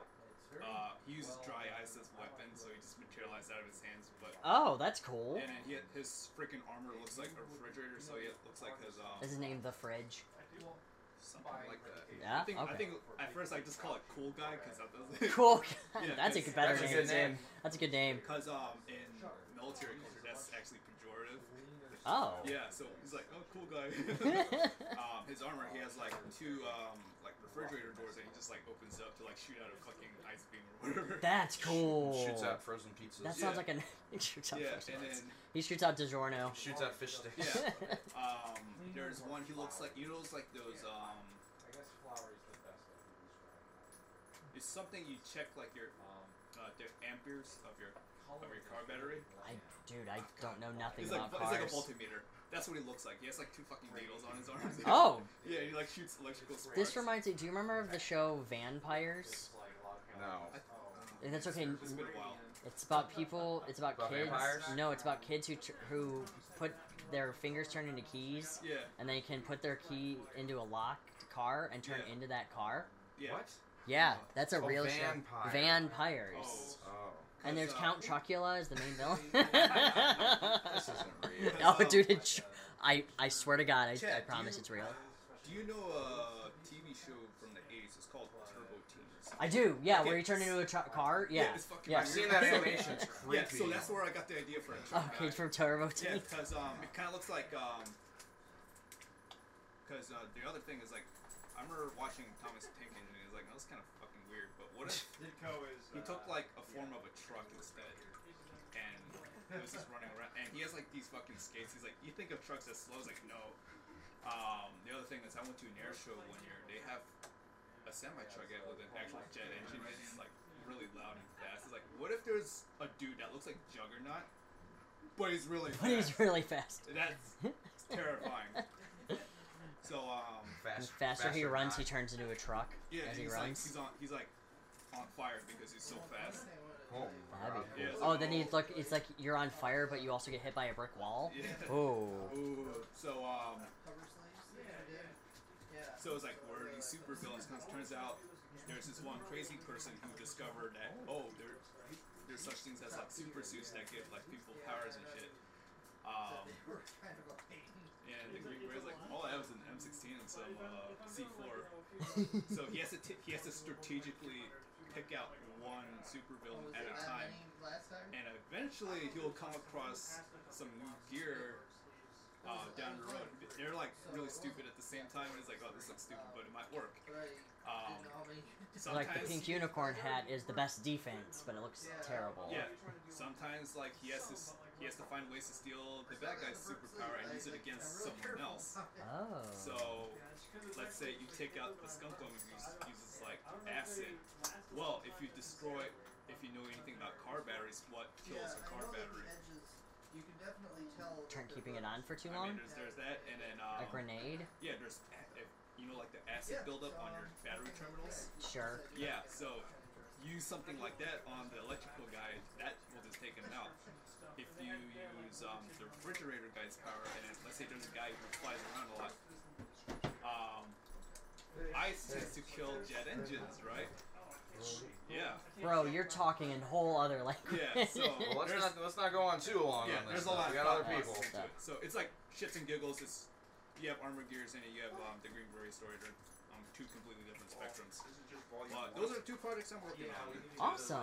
Speaker 5: uh, he uses dry ice as weapon, so he just materialized out of his hands. But
Speaker 1: oh, that's cool.
Speaker 5: and then he, his freaking armor looks like a refrigerator, so it looks like his um
Speaker 1: Is his name the Fridge?
Speaker 5: something like that.
Speaker 1: Yeah.
Speaker 5: I think I
Speaker 1: Okay.
Speaker 5: think at first I just call it cool guy because that doesn't
Speaker 1: Cool.
Speaker 5: Yeah,
Speaker 1: that's a
Speaker 5: that's-
Speaker 1: better
Speaker 2: That's
Speaker 1: name.
Speaker 2: a good
Speaker 1: too.
Speaker 2: name.
Speaker 1: That's a good name.
Speaker 5: because um in military culture that's actually pejorative.
Speaker 1: Oh.
Speaker 5: Yeah, so he's like, oh, cool guy. um, his armor, he has like two um, like refrigerator doors, and he just like opens up to like shoot out a fucking ice beam or whatever.
Speaker 1: That's cool.
Speaker 2: Shoots out frozen pizzas.
Speaker 1: That sounds
Speaker 5: Yeah.
Speaker 1: like a he shoots out
Speaker 5: yeah,
Speaker 1: fish
Speaker 5: and
Speaker 1: sticks.
Speaker 5: then
Speaker 1: He shoots out DiGiorno.
Speaker 2: Shoots out fish sticks.
Speaker 5: yeah, um, there's one. He looks like you know, it's like those um, it's something you check like your uh, the amperes of your of your car battery.
Speaker 1: I, dude, I don't know nothing
Speaker 5: He's like
Speaker 1: about
Speaker 5: he's like a
Speaker 1: cars.
Speaker 5: multimeter. That's what he looks like. He has like two fucking needles on his arms.
Speaker 1: oh,
Speaker 5: yeah, he like shoots electrical sparks.
Speaker 1: this reminds me. Do you remember of the show Vampires?
Speaker 2: No.
Speaker 1: And that's okay.
Speaker 5: Um, It's been a while.
Speaker 1: It's about people. It's about,
Speaker 2: About
Speaker 1: kids.
Speaker 2: vampires?
Speaker 1: No, it's about kids who tr- who put their fingers turn into keys,
Speaker 5: Yeah,
Speaker 1: and they can put their key into a locked car and turn
Speaker 5: Yeah.
Speaker 1: into that car.
Speaker 5: yeah.
Speaker 2: What?
Speaker 1: Yeah, that's a
Speaker 2: Oh,
Speaker 1: real
Speaker 2: vampire.
Speaker 1: show. Vampires.
Speaker 5: Oh.
Speaker 2: Oh.
Speaker 1: And there's
Speaker 5: Cause, uh,
Speaker 1: Count Chocula as the main villain.
Speaker 5: This
Speaker 2: This isn't real.
Speaker 1: oh, dude, it's, I I swear to God, I, I
Speaker 5: Chad, do
Speaker 1: promise
Speaker 5: you-
Speaker 1: it's real.
Speaker 5: Do you know a TV show from the 80s? It's called Turbo Team or something.
Speaker 1: I do, yeah. Where
Speaker 5: Okay.
Speaker 1: you turn into a tr- car, yeah.
Speaker 5: it's fucking
Speaker 1: yeah.
Speaker 5: weird.
Speaker 2: I've seen that animation. It's creepy.
Speaker 5: Yeah, so that's where I got the idea for it.
Speaker 1: Okay, from Turbo Team.
Speaker 5: Yeah, because um, it kind of looks like um, because uh, the other thing is like, I remember watching Thomas the Tank Engine. and He was like, that was kind of fucking weird. But what if
Speaker 6: Ditko is.
Speaker 5: he
Speaker 6: uh,
Speaker 5: took like a form of a truck instead, and he was just running around, and he has like these fucking skates. He's like, you think of trucks as slow? I was like, no. Um, the other thing is, I went to an air show one year. They have a semi truck out with an actual jet engine. and It's like really loud and fast. It's like, what if there's a dude that looks like Juggernaut, but he's really
Speaker 1: But
Speaker 5: fast?
Speaker 1: he's really fast.
Speaker 5: That's terrifying. So um,
Speaker 1: The
Speaker 2: Fast,
Speaker 1: faster, he
Speaker 2: than
Speaker 1: runs, he
Speaker 2: I.
Speaker 1: turns into a truck
Speaker 5: yeah,
Speaker 1: as
Speaker 5: and
Speaker 1: he
Speaker 5: he's like
Speaker 1: runs.
Speaker 5: he's on he's like on fire because he's so fast.
Speaker 2: Oh,
Speaker 1: That'd be
Speaker 5: Yeah,
Speaker 1: cool.
Speaker 5: it's
Speaker 1: Oh,
Speaker 5: like,
Speaker 1: then he's like, it's like you're on fire, but you also get hit by a brick wall.
Speaker 5: Yeah.
Speaker 1: Oh,
Speaker 5: Ooh. So um,
Speaker 8: Yeah.
Speaker 5: so it's like where are these super villains? Because turns out there's this one crazy person who discovered that oh there there's such things as like super suits that give like people powers and shit. Um, and the Green Berets like oh that was an M16 and some uh, C4. So he has to t- he has to strategically pick out one supervillain at a time, uh, and eventually he'll come across some new gear uh, down the road. They're like really stupid at the same time, and it's like, oh, this looks stupid, but it might work. Um,
Speaker 1: like
Speaker 5: sometimes,
Speaker 1: the pink unicorn hat is the best defense, but it looks terrible.
Speaker 5: yeah. Sometimes like he has to s- he has to find ways to steal the bad guy's superpower and use it against someone else.
Speaker 1: Oh.
Speaker 5: So let's say you take out the skunk woman who us- uses like acid. Well, if you destroy, if you know anything about car batteries, what kills a car battery?
Speaker 8: You can definitely tell.
Speaker 1: Turn keeping it on for too
Speaker 5: I
Speaker 1: long.
Speaker 5: mean, there's, there's that, and then um,
Speaker 1: A grenade.
Speaker 5: yeah, there's a- if, you know like the acid buildup on your
Speaker 8: um,
Speaker 5: battery terminals.
Speaker 1: Sure.
Speaker 5: Yeah, so use something like that on the electrical guy. That will just take him out. If you use um, the refrigerator guy's power, and then, let's say there's a guy who flies around a lot, um, ice tends to kill jet engines, right? Yeah,
Speaker 1: Bro, you're talking in whole other language.
Speaker 5: yeah. So
Speaker 2: Well, let's
Speaker 5: there's,
Speaker 2: not let's not go on too long
Speaker 5: yeah,
Speaker 2: on this.
Speaker 5: there's a lot.
Speaker 2: We
Speaker 5: of
Speaker 2: got other
Speaker 5: thought
Speaker 2: people.
Speaker 5: process into it. So it's like shits and giggles. It's you have armor gears in it. You have um, the Green Beret story. They're um, two completely different spectrums. But those are two projects I'm working on.
Speaker 1: Awesome.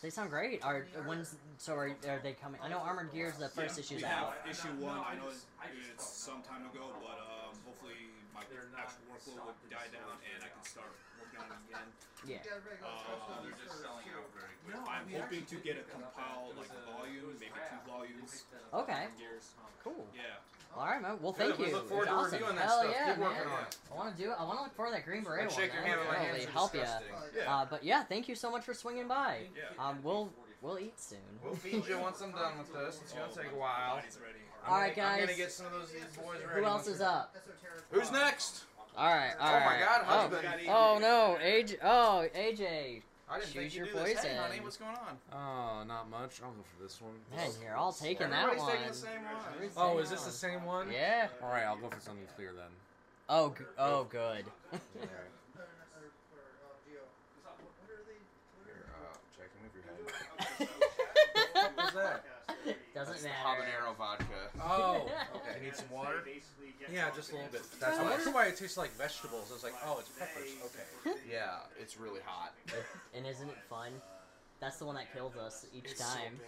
Speaker 1: They sound great. Are ones so are, are they coming? I know Armored Gears the first
Speaker 5: Yeah,
Speaker 1: issue's
Speaker 5: we
Speaker 1: out.
Speaker 5: have Issue one, I know it's, it's some time ago, but um, hopefully my actual workload will die down and I can start working on it again.
Speaker 1: Yeah.
Speaker 5: Um,
Speaker 3: they're just selling out very quick.
Speaker 5: I'm hoping to get a compiled like volume, maybe two volumes.
Speaker 1: Okay.
Speaker 5: Years.
Speaker 1: Cool.
Speaker 5: Yeah.
Speaker 1: All right, man. Well, thank
Speaker 2: Good, we
Speaker 1: you.
Speaker 2: look forward
Speaker 1: It's
Speaker 2: to
Speaker 1: awesome.
Speaker 2: reviewing that
Speaker 1: Hell
Speaker 2: stuff.
Speaker 1: yeah,
Speaker 2: Keep working
Speaker 1: man.
Speaker 2: on it.
Speaker 1: I want to do. I want to look for that Green Beret
Speaker 2: I'd
Speaker 1: one.
Speaker 2: shake your
Speaker 1: man.
Speaker 2: hand, but my
Speaker 1: That'll
Speaker 2: hands are
Speaker 1: really help you.
Speaker 2: disgusting.
Speaker 5: Yeah.
Speaker 1: Uh, but yeah, thank you so much for swinging by.
Speaker 5: Yeah.
Speaker 1: Um, we'll we'll eat soon.
Speaker 2: We'll feed you once I'm done with this. It's gonna
Speaker 5: Oh,
Speaker 2: take a
Speaker 5: my
Speaker 2: while.
Speaker 5: body's ready.
Speaker 2: I'm
Speaker 1: Alright,
Speaker 2: gonna- I'm
Speaker 1: guys.
Speaker 2: gonna get some of those these boys ready.
Speaker 1: Who else
Speaker 2: once
Speaker 1: is
Speaker 2: we're-
Speaker 1: up?
Speaker 2: Who's next?
Speaker 1: All right. All
Speaker 2: oh
Speaker 1: right.
Speaker 2: my God, husband!
Speaker 1: Oh. oh no, AJ. Oh, AJ.
Speaker 2: I didn't
Speaker 1: Choose
Speaker 2: think you
Speaker 1: your
Speaker 2: do this. Hey,
Speaker 1: poison.
Speaker 2: honey, what's going on?
Speaker 7: Oh, not much. I'll go for this one.
Speaker 1: Man, you're all taking that
Speaker 2: Everybody's
Speaker 1: one.
Speaker 2: taking the same one.
Speaker 1: Where's
Speaker 7: Oh,
Speaker 1: that
Speaker 7: is this the
Speaker 1: one?
Speaker 7: same one?
Speaker 1: Yeah.
Speaker 7: All right, I'll go for something clear then.
Speaker 1: Oh, g- oh, good.
Speaker 2: Jack, Uh, move your head.
Speaker 7: What's that?
Speaker 1: Doesn't matter.
Speaker 2: Habanero vodka.
Speaker 7: Oh.
Speaker 2: You need some water?
Speaker 7: Yeah, just a little bit.
Speaker 2: That's
Speaker 7: I
Speaker 2: why-
Speaker 7: wonder why it tastes like vegetables. I was like, oh, it's peppers. Okay.
Speaker 2: Yeah, it's really hot.
Speaker 1: And isn't it fun? That's the one that kills us each time.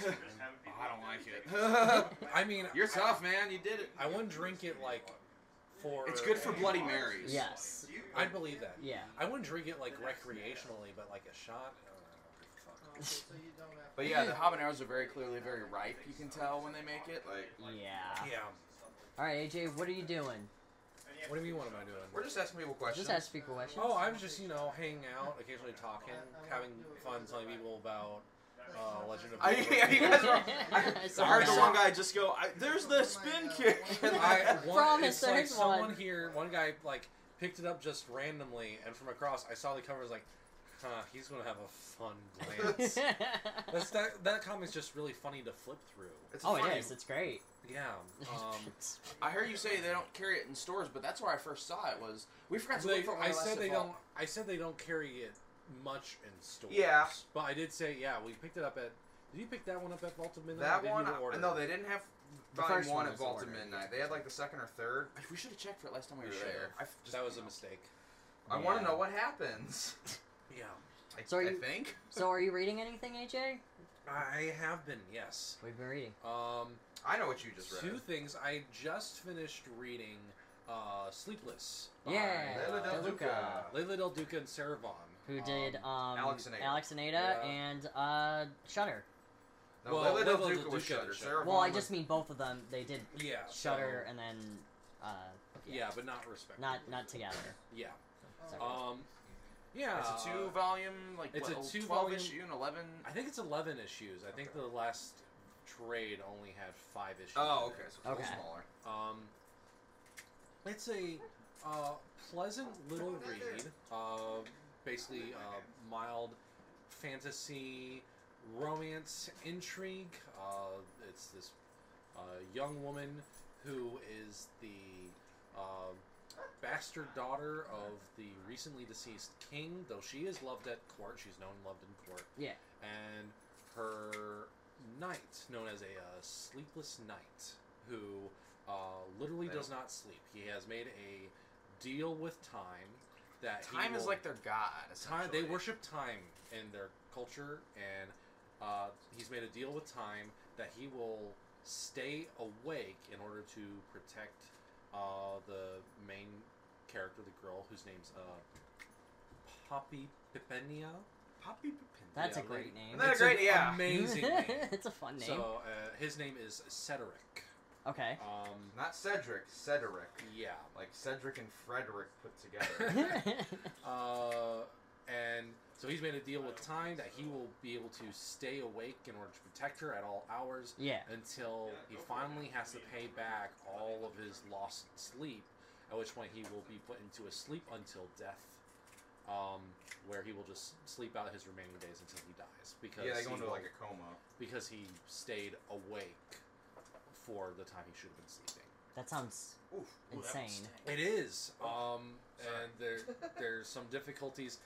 Speaker 2: So bad. Oh, I don't like it.
Speaker 7: I mean,
Speaker 2: You're tough, man. You did it.
Speaker 7: I wouldn't drink it like for.
Speaker 2: It's good for Bloody Marys.
Speaker 1: yes.
Speaker 7: I believe that.
Speaker 1: Yeah.
Speaker 7: I wouldn't drink it like recreationally, but like a shot. I don't know. Fuck.
Speaker 2: But yeah, the habaneros are very clearly very ripe. You can tell when they make it. Like
Speaker 1: Yeah.
Speaker 7: Yeah.
Speaker 1: All right, AJ. What are you doing?
Speaker 7: What do you mean? What am I doing?
Speaker 2: we're just asking people questions.
Speaker 1: Just ask people questions.
Speaker 7: Oh, I was just you know hanging out, occasionally talking, having fun, telling people about
Speaker 3: Oh.
Speaker 7: uh, Legend of.
Speaker 2: I, you guys are.
Speaker 1: I saw
Speaker 2: I heard
Speaker 1: that.
Speaker 2: some guy just go. I, There's the spin kick.
Speaker 7: Oh, I one,
Speaker 1: Promise,
Speaker 7: it's like
Speaker 1: there's
Speaker 7: someone
Speaker 1: one.
Speaker 7: here, one guy like picked it up just randomly, and from across, I saw the cover. I was like, huh, he's gonna have a fun
Speaker 2: Oh,
Speaker 7: glance. That's that. That comic's just really funny to flip through.
Speaker 2: It's
Speaker 1: oh,
Speaker 2: funny.
Speaker 1: it is. It's great.
Speaker 7: Yeah. Um,
Speaker 2: I hear you say they don't carry it in stores, but that's where I first saw it. Was we forgot to
Speaker 7: they-
Speaker 2: look for it when
Speaker 7: I
Speaker 2: I last
Speaker 7: said they
Speaker 2: saw it.
Speaker 7: don't. I said they don't carry it much in stores.
Speaker 2: Yeah.
Speaker 7: But I did say yeah. We picked it up at Did you pick that one up at Vault of Midnight? or
Speaker 3: That
Speaker 7: did
Speaker 3: one,
Speaker 7: You
Speaker 2: uh,
Speaker 7: order
Speaker 3: I,
Speaker 7: it?
Speaker 3: no, they didn't have
Speaker 1: The
Speaker 3: volume
Speaker 1: first
Speaker 3: one
Speaker 1: one
Speaker 3: at
Speaker 1: was the
Speaker 3: Vault of
Speaker 1: order.
Speaker 3: Midnight. They had like the second or third.
Speaker 2: We should have checked for it last time
Speaker 3: We were there. I, f- just,
Speaker 7: That was a mistake.
Speaker 3: I want to
Speaker 1: Yeah.
Speaker 3: know what happens.
Speaker 7: Yeah.
Speaker 3: I,
Speaker 1: So are
Speaker 3: I
Speaker 1: you-
Speaker 3: think.
Speaker 1: So, are you reading anything, AJ?
Speaker 7: I have been, yes.
Speaker 1: We've been reading.
Speaker 7: Um,
Speaker 3: I know what you just read.
Speaker 7: two things. I just finished reading uh, Sleepless. by,
Speaker 1: Yeah.
Speaker 3: Leila
Speaker 7: uh,
Speaker 3: Del Duca.
Speaker 7: Leila Del Duca and Sarah Vaughn.
Speaker 1: Who
Speaker 7: Um,
Speaker 1: did um,
Speaker 3: Alex and Ada.
Speaker 1: Alex and Ada
Speaker 7: Yeah.
Speaker 1: and uh, Shutter?
Speaker 3: No,
Speaker 7: Well,
Speaker 3: Leila Del
Speaker 7: Leila Del
Speaker 3: Duca was
Speaker 7: Duca
Speaker 3: Shudder.
Speaker 7: did
Speaker 3: Sarah
Speaker 1: Well, I
Speaker 3: Vaughan was-
Speaker 1: just mean both of them. They did
Speaker 7: Yeah.
Speaker 1: Shutter
Speaker 7: so-
Speaker 1: and then uh,
Speaker 7: yeah, but not respect.
Speaker 1: not not together.
Speaker 7: Yeah.
Speaker 1: Sorry.
Speaker 7: Um, yeah.
Speaker 2: It's a two volume, like
Speaker 7: It's a
Speaker 2: what,
Speaker 7: two
Speaker 2: 12
Speaker 7: volume-
Speaker 2: issue and 11.
Speaker 7: I think it's eleven issues. I think the last trade only had five issues.
Speaker 3: Oh,
Speaker 7: in
Speaker 3: okay.
Speaker 7: it.
Speaker 3: So it's a
Speaker 1: Okay.
Speaker 3: little smaller.
Speaker 7: Um, it's a uh, pleasant little read. Uh, basically, uh, mild fantasy, romance, intrigue. Uh, it's this uh, young woman who is the uh, bastard daughter of the recently deceased king, though she is loved at court. She's known and loved in court.
Speaker 1: Yeah.
Speaker 7: And her knight, known as a uh, sleepless knight, who uh, literally does not sleep. He has made a deal with time that he
Speaker 2: Time is
Speaker 7: will-
Speaker 2: like their god.
Speaker 7: time. They
Speaker 2: essentially.
Speaker 7: worship time in their culture, and uh, he's made a deal with time that he will stay awake in order to protect uh, the main character, the girl whose name's uh, Poppy Pipenia. Poppy Pipenia.
Speaker 1: That's a
Speaker 7: like-
Speaker 1: great name.
Speaker 2: Isn't that a great? Yeah.
Speaker 7: Amazing name.
Speaker 1: it's a fun name.
Speaker 7: So uh, his name is Cedric.
Speaker 1: okay.
Speaker 7: Um,
Speaker 3: Not Cedric. Cedric.
Speaker 7: yeah.
Speaker 3: Like Cedric and Frederick put together.
Speaker 7: Uh, and so he's made a deal with time that he will be able to stay awake in order to protect her at all hours
Speaker 1: yeah.
Speaker 7: until he finally has to pay back all of his lost sleep, at which point he will be put into a sleep until death, um, where he will just sleep out his remaining days until he dies because
Speaker 3: yeah, they go
Speaker 7: he
Speaker 3: into
Speaker 7: will-
Speaker 3: like a coma.
Speaker 7: because he stayed awake for the time he should have been sleeping.
Speaker 1: That sounds
Speaker 2: Oof.
Speaker 1: insane.
Speaker 7: It is. Um,
Speaker 2: Sorry.
Speaker 7: and there, there's some difficulties.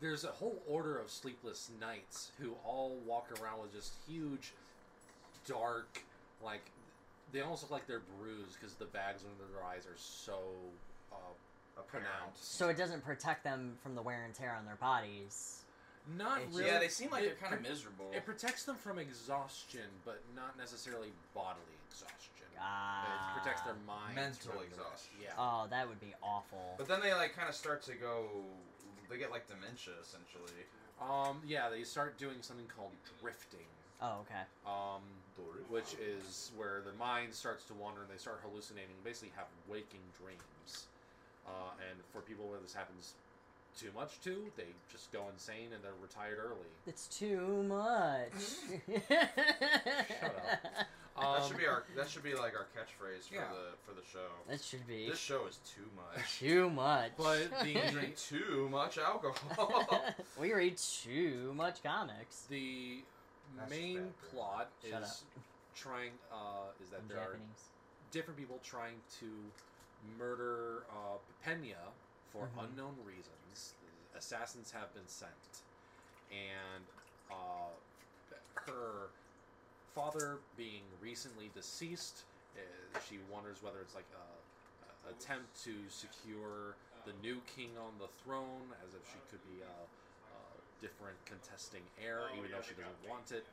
Speaker 7: There's a whole order of sleepless knights who all walk around with just huge, dark, like they almost look like they're bruised because the bags under their eyes are so uh,
Speaker 3: Apparent.
Speaker 7: pronounced.
Speaker 1: So it doesn't protect them from the wear and tear on their bodies.
Speaker 7: Not
Speaker 1: It's-
Speaker 7: really.
Speaker 2: Yeah, they seem like
Speaker 7: It
Speaker 2: they're kind of
Speaker 7: pro-
Speaker 2: miserable.
Speaker 7: It protects them from exhaustion, but not necessarily bodily exhaustion.
Speaker 1: Ah.
Speaker 7: it protects their mind.
Speaker 3: Mental
Speaker 7: from the-
Speaker 3: exhaustion.
Speaker 7: Yeah.
Speaker 1: Oh, that would be awful.
Speaker 3: But then they like kind of start to go. They get like dementia essentially.
Speaker 7: Um, yeah, they start doing something called drifting,
Speaker 1: Oh, okay.
Speaker 7: um, which is where their mind starts to wander and they start hallucinating, basically have waking dreams. Uh, and for people where this happens too much to, they just go insane and they're retired early.
Speaker 1: It's too much.
Speaker 7: up. Um,
Speaker 3: That should be our. That should be like our catchphrase for
Speaker 7: Yeah.
Speaker 3: the for the show.
Speaker 1: That should be
Speaker 3: This show is too much.
Speaker 1: too much.
Speaker 7: But the-
Speaker 3: We drink too much alcohol.
Speaker 1: we read too much comics.
Speaker 7: the
Speaker 3: That's
Speaker 7: main
Speaker 3: just bad,
Speaker 7: plot
Speaker 1: Shut
Speaker 7: is trying uh, is that
Speaker 1: I'm
Speaker 7: there are
Speaker 1: Japanese.
Speaker 7: different people trying to murder uh, Pena for
Speaker 3: Mm-hmm.
Speaker 1: Mhm.
Speaker 7: unknown reasons. Assassins have been sent, and uh, her father, being recently deceased, uh, she wonders whether it's like a, a attempt to secure the new king on the throne, as if she could be a, a different contesting heir, even though she doesn't want it.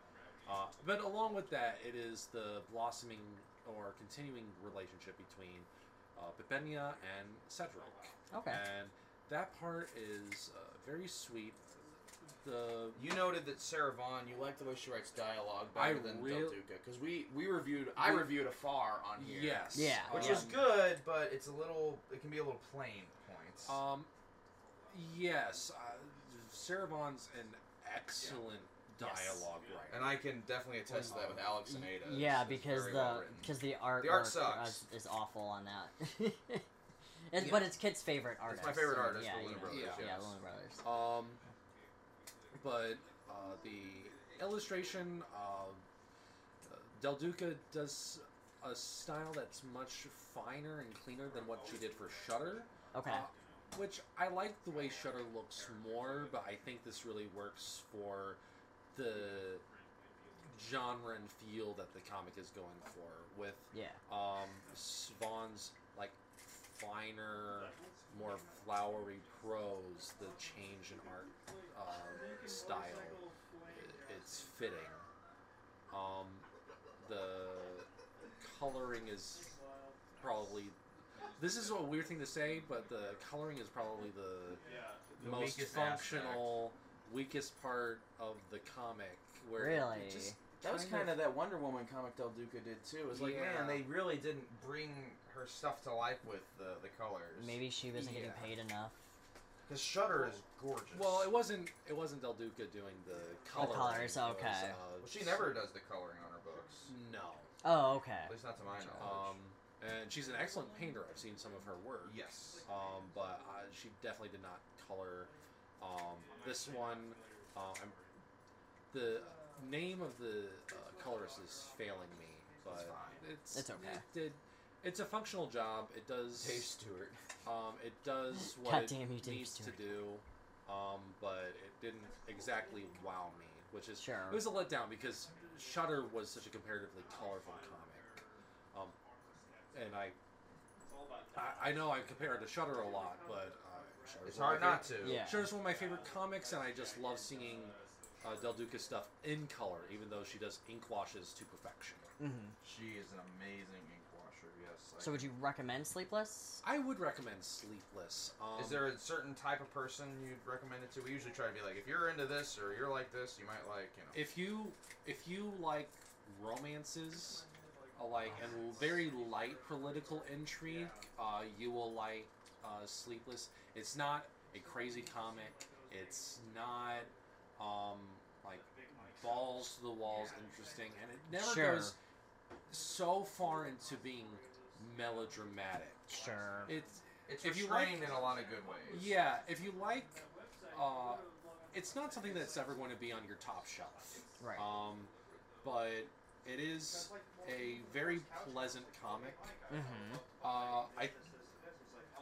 Speaker 7: Uh, but along with that, it is the blossoming or continuing relationship between uh, Bibenia and Cedric.
Speaker 1: Okay.
Speaker 7: And that part is uh, very sweet. The
Speaker 2: You noted that Sarah Vaughn, you like the way she writes dialogue
Speaker 7: I
Speaker 2: better than
Speaker 7: real-
Speaker 2: Del Duca because we we reviewed I
Speaker 7: We-
Speaker 2: reviewed Afar on here.
Speaker 7: yes,
Speaker 1: Yeah.
Speaker 3: Which
Speaker 7: um,
Speaker 3: is good, but it's a little. It can be a little plain at points.
Speaker 7: Um, yes, uh, Sarah Vaughn's an excellent
Speaker 1: Yes.
Speaker 7: dialogue writer.
Speaker 3: and I can definitely attest to that with Alex and Ada. It's-
Speaker 1: yeah,
Speaker 3: it's
Speaker 1: because
Speaker 3: very well
Speaker 1: the
Speaker 3: written.
Speaker 1: because the art uh,
Speaker 3: The art sucks.
Speaker 1: is, is awful on that. It- But it's Kit's favorite artist.
Speaker 3: it's my favorite
Speaker 1: so,
Speaker 3: artist,
Speaker 1: Yeah,
Speaker 3: the Lunar
Speaker 1: you know.
Speaker 3: Brothers.
Speaker 7: Yeah.
Speaker 1: yeah,
Speaker 3: yes.
Speaker 1: Lunar Brothers.
Speaker 7: Um, but uh, the illustration, uh, Del Duca does a style that's much finer and cleaner than what she did for Shutter.
Speaker 1: Okay.
Speaker 3: Oh,
Speaker 7: Uh, which I like the way Shutter looks more, but I think this really works for the genre and feel that the comic is going for with
Speaker 1: Yeah.
Speaker 7: um, Svan's like finer, more flowery prose, the change in art um, style, i- it's fitting. Um, the coloring is probably. This is a weird thing to say, but the coloring is probably the
Speaker 2: The
Speaker 7: most
Speaker 2: weakest
Speaker 7: functional, weakest part of the comic. Where it
Speaker 1: Really?
Speaker 7: just
Speaker 2: That was
Speaker 7: kind
Speaker 2: kind of that Wonder Woman comic Del Duca did too. It was like,
Speaker 7: Yeah.
Speaker 2: man, they really didn't bring her stuff to life with the, the colors.
Speaker 1: Maybe she wasn't
Speaker 7: Yeah.
Speaker 1: getting paid enough.
Speaker 2: because Shutter is gorgeous.
Speaker 7: Well, it wasn't. It wasn't Del Duca doing the colors.
Speaker 1: colors,
Speaker 7: It was,
Speaker 1: okay.
Speaker 7: uh,
Speaker 2: Well, she never does the coloring on her books.
Speaker 7: No.
Speaker 1: Oh, okay.
Speaker 2: At least not to my knowledge.
Speaker 7: Um, and she's an excellent painter. I've seen some of her work.
Speaker 2: yes.
Speaker 7: Um, but uh, she definitely did not color. Um, this one, uh, I'm, the name of the uh, colorist is failing me, but
Speaker 2: It's fine.
Speaker 7: it's
Speaker 1: It's okay.
Speaker 7: It did, it's a functional job. It does.
Speaker 2: Dave Stewart.
Speaker 7: Um, it does what
Speaker 1: God
Speaker 7: it
Speaker 1: damn you, Dave
Speaker 7: needs to
Speaker 1: Stewart.
Speaker 7: do, um, but it didn't exactly wow me, which is
Speaker 1: Sure.
Speaker 7: it was a letdown because Shutter was such a comparatively colorful comic, um, and I, I I know I compare it to Shutter a lot, but uh, Shudder's
Speaker 2: It's
Speaker 7: one
Speaker 2: hard
Speaker 7: of my
Speaker 2: not
Speaker 7: fav-
Speaker 2: to.
Speaker 1: Yeah.
Speaker 7: Shudder's one of my favorite comics, and I just love seeing uh, Del Duca stuff in color, even though she does ink washes to perfection.
Speaker 1: hmm
Speaker 2: She is an amazing ink washer. Yes.
Speaker 1: So would you recommend Sleepless?
Speaker 7: I would recommend Sleepless. Um,
Speaker 2: Is there a certain type of person you'd recommend it to? We usually try to be like, if you're into this or you're like this, you might like, you know.
Speaker 7: if you if you like romances uh, like and very light political intrigue uh, you will like uh, sleepless it's not a crazy comic it's not um, like balls to the walls interesting and it never
Speaker 1: Sure.
Speaker 7: goes so far into being melodramatic
Speaker 1: Sure.
Speaker 7: it's
Speaker 2: it's
Speaker 7: if you
Speaker 2: restrained
Speaker 7: like-
Speaker 2: in a lot of good ways.
Speaker 7: yeah if you like uh, it's not something that's ever going to be on your top shelf
Speaker 1: Right.
Speaker 7: um, but it is a very pleasant comic.
Speaker 1: Mm-hmm.
Speaker 7: Uh, I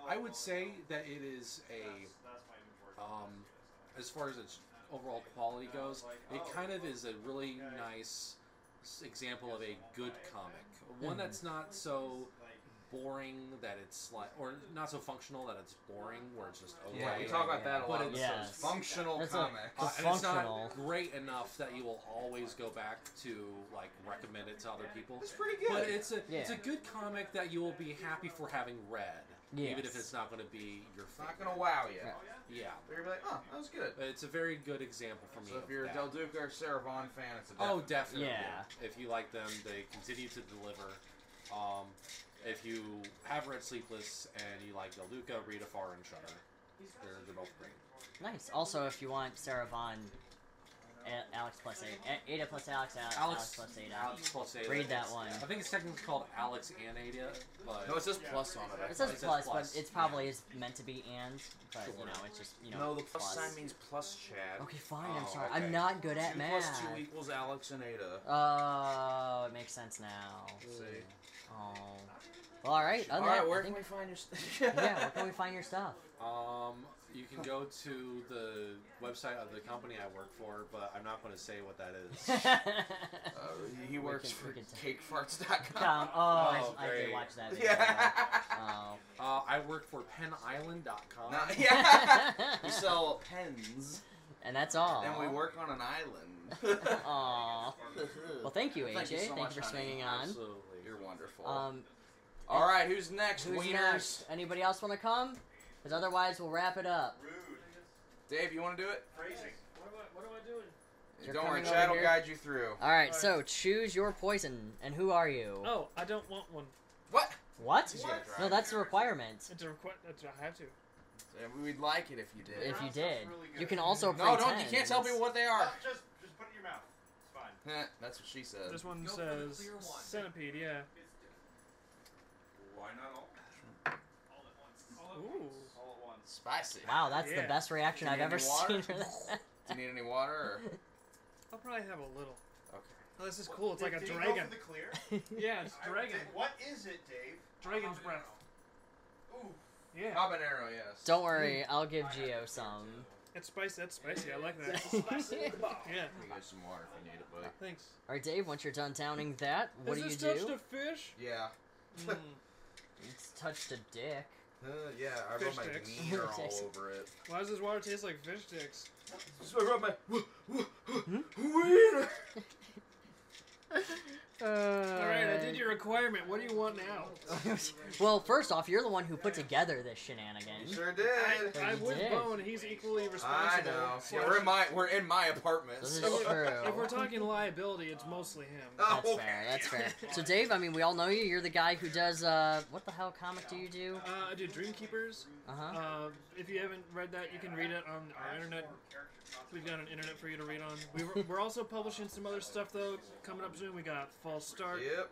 Speaker 7: I would say that it is a um, as far as its overall quality goes, it kind of is a really nice s- example of a good comic, one
Speaker 1: Mhm.
Speaker 7: that's not so boring that it's like, or not so functional that it's boring, where it's just okay.
Speaker 2: Yeah, we talk about that a lot.
Speaker 7: But
Speaker 2: in
Speaker 7: it's-
Speaker 2: the
Speaker 1: Yes.
Speaker 2: functional
Speaker 1: That's a-
Speaker 2: comics.
Speaker 7: Uh, and it's
Speaker 1: Dysfunctional.
Speaker 7: not great enough that you will always go back to like recommend it to other people.
Speaker 2: it's pretty good.
Speaker 7: But it's a it's a
Speaker 1: Yeah.
Speaker 7: good comic that you will be happy for having read, even if
Speaker 1: Yes.
Speaker 7: it's not going to be your
Speaker 2: It's
Speaker 7: favorite.
Speaker 2: not gonna wow you.
Speaker 1: Yeah.
Speaker 7: Yeah,
Speaker 2: But you're like, oh, that was good.
Speaker 7: But it's a very good example for me.
Speaker 2: So if
Speaker 7: of
Speaker 2: you're a
Speaker 7: that.
Speaker 2: Del Duca or Sarah Vaughn fan, it's a
Speaker 7: oh,
Speaker 2: definite.
Speaker 7: definitely.
Speaker 1: Yeah.
Speaker 7: If you like them, they continue to deliver. Um, if you have read Sleepless and you like Del Duca, read Afar and Shutter. They're, they're both great.
Speaker 1: Nice. Also, if you want Sarah Vaughn, A- Alex plus eight, Ada plus Alex, Alex, Alex plus Ada.
Speaker 7: Alex plus Ada.
Speaker 1: Read that one.
Speaker 7: I think it's technically called Alex and Ada, but
Speaker 2: No, it says plus on it. I
Speaker 1: It says
Speaker 7: It says
Speaker 1: plus,
Speaker 7: plus.
Speaker 1: but it's probably is meant to be and, but you
Speaker 7: Sure.
Speaker 1: know, it's just you know.
Speaker 2: No, the plus sign means plus Chad.
Speaker 1: Okay, fine. I'm
Speaker 7: Oh,
Speaker 1: sorry.
Speaker 7: okay.
Speaker 1: I'm not good at
Speaker 2: two
Speaker 1: math.
Speaker 2: plus two equals Alex and Ada.
Speaker 1: Oh, it makes sense now.
Speaker 2: See.
Speaker 1: Oh. Well, all right.
Speaker 2: All
Speaker 1: Other
Speaker 2: right,
Speaker 1: than-
Speaker 2: where
Speaker 1: I
Speaker 2: can
Speaker 1: think-
Speaker 2: we find your stuff?
Speaker 1: yeah, where
Speaker 2: Uh,
Speaker 1: can we find your stuff?
Speaker 7: Um, you can go to the website of the company I work for, but I'm not going to say what that is.
Speaker 2: Uh, he
Speaker 1: We
Speaker 2: works
Speaker 1: can- we can-
Speaker 2: for cakefarts.com.
Speaker 1: Um, oh, I,
Speaker 7: Oh,
Speaker 1: I did
Speaker 7: great.
Speaker 1: watch that. Video.
Speaker 2: Yeah.
Speaker 1: Oh.
Speaker 7: uh, I work for PenIsland.com.
Speaker 2: Nah, yeah. we sell pens,
Speaker 1: and that's all.
Speaker 2: and we work on an island.
Speaker 1: Aw. Well, thank you, AJ.
Speaker 2: Thank
Speaker 1: Thank
Speaker 2: you
Speaker 1: you,
Speaker 2: so much,
Speaker 1: for
Speaker 2: honey.
Speaker 1: swinging on.
Speaker 7: Absolutely.
Speaker 2: You're wonderful.
Speaker 1: Um,
Speaker 2: All right, who's next?
Speaker 1: who's
Speaker 2: Wieners.
Speaker 1: next? Anybody else want to come? Because otherwise, we'll wrap it up.
Speaker 2: Dave, you want to do it?
Speaker 3: Phrasing.
Speaker 6: What am I, what am I doing?
Speaker 1: You're
Speaker 2: Don't worry,
Speaker 1: coming over
Speaker 2: Chad will
Speaker 1: here.
Speaker 2: guide you through.
Speaker 1: All right, so choose your poison. And who are you?
Speaker 6: Oh, I don't want one.
Speaker 2: What?
Speaker 1: What?
Speaker 2: He's gonna try.
Speaker 1: No, that's the requirement.
Speaker 6: It's a request. I have to.
Speaker 2: Yeah, Uh, We'd like it if you did.
Speaker 1: If you
Speaker 3: Sounds
Speaker 1: did,
Speaker 3: really good.
Speaker 1: you can also
Speaker 2: no,
Speaker 1: pretend.
Speaker 2: don't. You can't tell people what they are.
Speaker 3: Just, just put it in your mouth. It's fine.
Speaker 2: Heh, that's what she said.
Speaker 6: This one
Speaker 5: Go for the
Speaker 6: says
Speaker 5: clear one.
Speaker 6: centipede. Yeah.
Speaker 5: Why not all? All at once. All at
Speaker 6: Ooh.
Speaker 5: once.
Speaker 3: All at once.
Speaker 2: Spicy.
Speaker 1: Wow, that's the
Speaker 6: Yeah.
Speaker 1: best reaction
Speaker 2: Do you
Speaker 1: I've ever
Speaker 2: need any water?
Speaker 1: seen for that.
Speaker 2: Do you need any water? Or?
Speaker 6: I'll probably have a little.
Speaker 2: Okay.
Speaker 6: Oh, this is cool. It's
Speaker 3: Did-
Speaker 6: like a
Speaker 3: did he go
Speaker 6: dragon.
Speaker 3: for the clear?
Speaker 6: Yeah, it's
Speaker 3: I would
Speaker 6: dragon.
Speaker 3: say, What is it, Dave?
Speaker 6: Dragon's breath.
Speaker 3: Ooh.
Speaker 6: Yeah.
Speaker 2: Habanero, yes.
Speaker 1: Don't worry, I'll give Geo some.
Speaker 6: It's spicy. That's spicy. I like that. yeah.
Speaker 3: Let me get some water if you need it, buddy.
Speaker 6: Thanks.
Speaker 1: All right, Dave. Once you're done towning that, what
Speaker 6: Has
Speaker 1: do you
Speaker 6: this
Speaker 1: do?
Speaker 6: touched a fish?
Speaker 3: Yeah.
Speaker 6: Mm.
Speaker 1: It's touched a dick.
Speaker 3: Uh, yeah, I
Speaker 6: Fish
Speaker 3: rubbed my
Speaker 6: sticks.
Speaker 3: wiener all
Speaker 1: Sticks.
Speaker 3: over it.
Speaker 6: Why does this water taste like fish sticks?
Speaker 2: So I rub my
Speaker 1: Hmm?
Speaker 3: Wiener!
Speaker 6: Uh, All right, I did your requirement. What do you want now?
Speaker 1: well, first off, you're the one who put together this
Speaker 3: You
Speaker 1: shenanigan.
Speaker 3: sure did.
Speaker 6: I, I'm with
Speaker 1: did.
Speaker 6: Bone. He's equally
Speaker 3: I
Speaker 6: responsible.
Speaker 3: know.
Speaker 6: So
Speaker 3: Yeah, we're in my we're in my apartment.
Speaker 1: This is
Speaker 3: so-
Speaker 1: true.
Speaker 6: if we're talking liability, it's mostly him.
Speaker 3: Oh,
Speaker 1: That's fair. That's fair. So, Dave, I mean, we all know you. You're the guy who does uh, what the hell comic do you do?
Speaker 6: Uh, I do Dreamkeepers.
Speaker 1: Uh huh.
Speaker 6: Uh, if you haven't read that, you can read it on our internet. We've got an internet for you to read on. We were, we're also publishing some other stuff though coming up soon. We got False Start.
Speaker 3: Yep.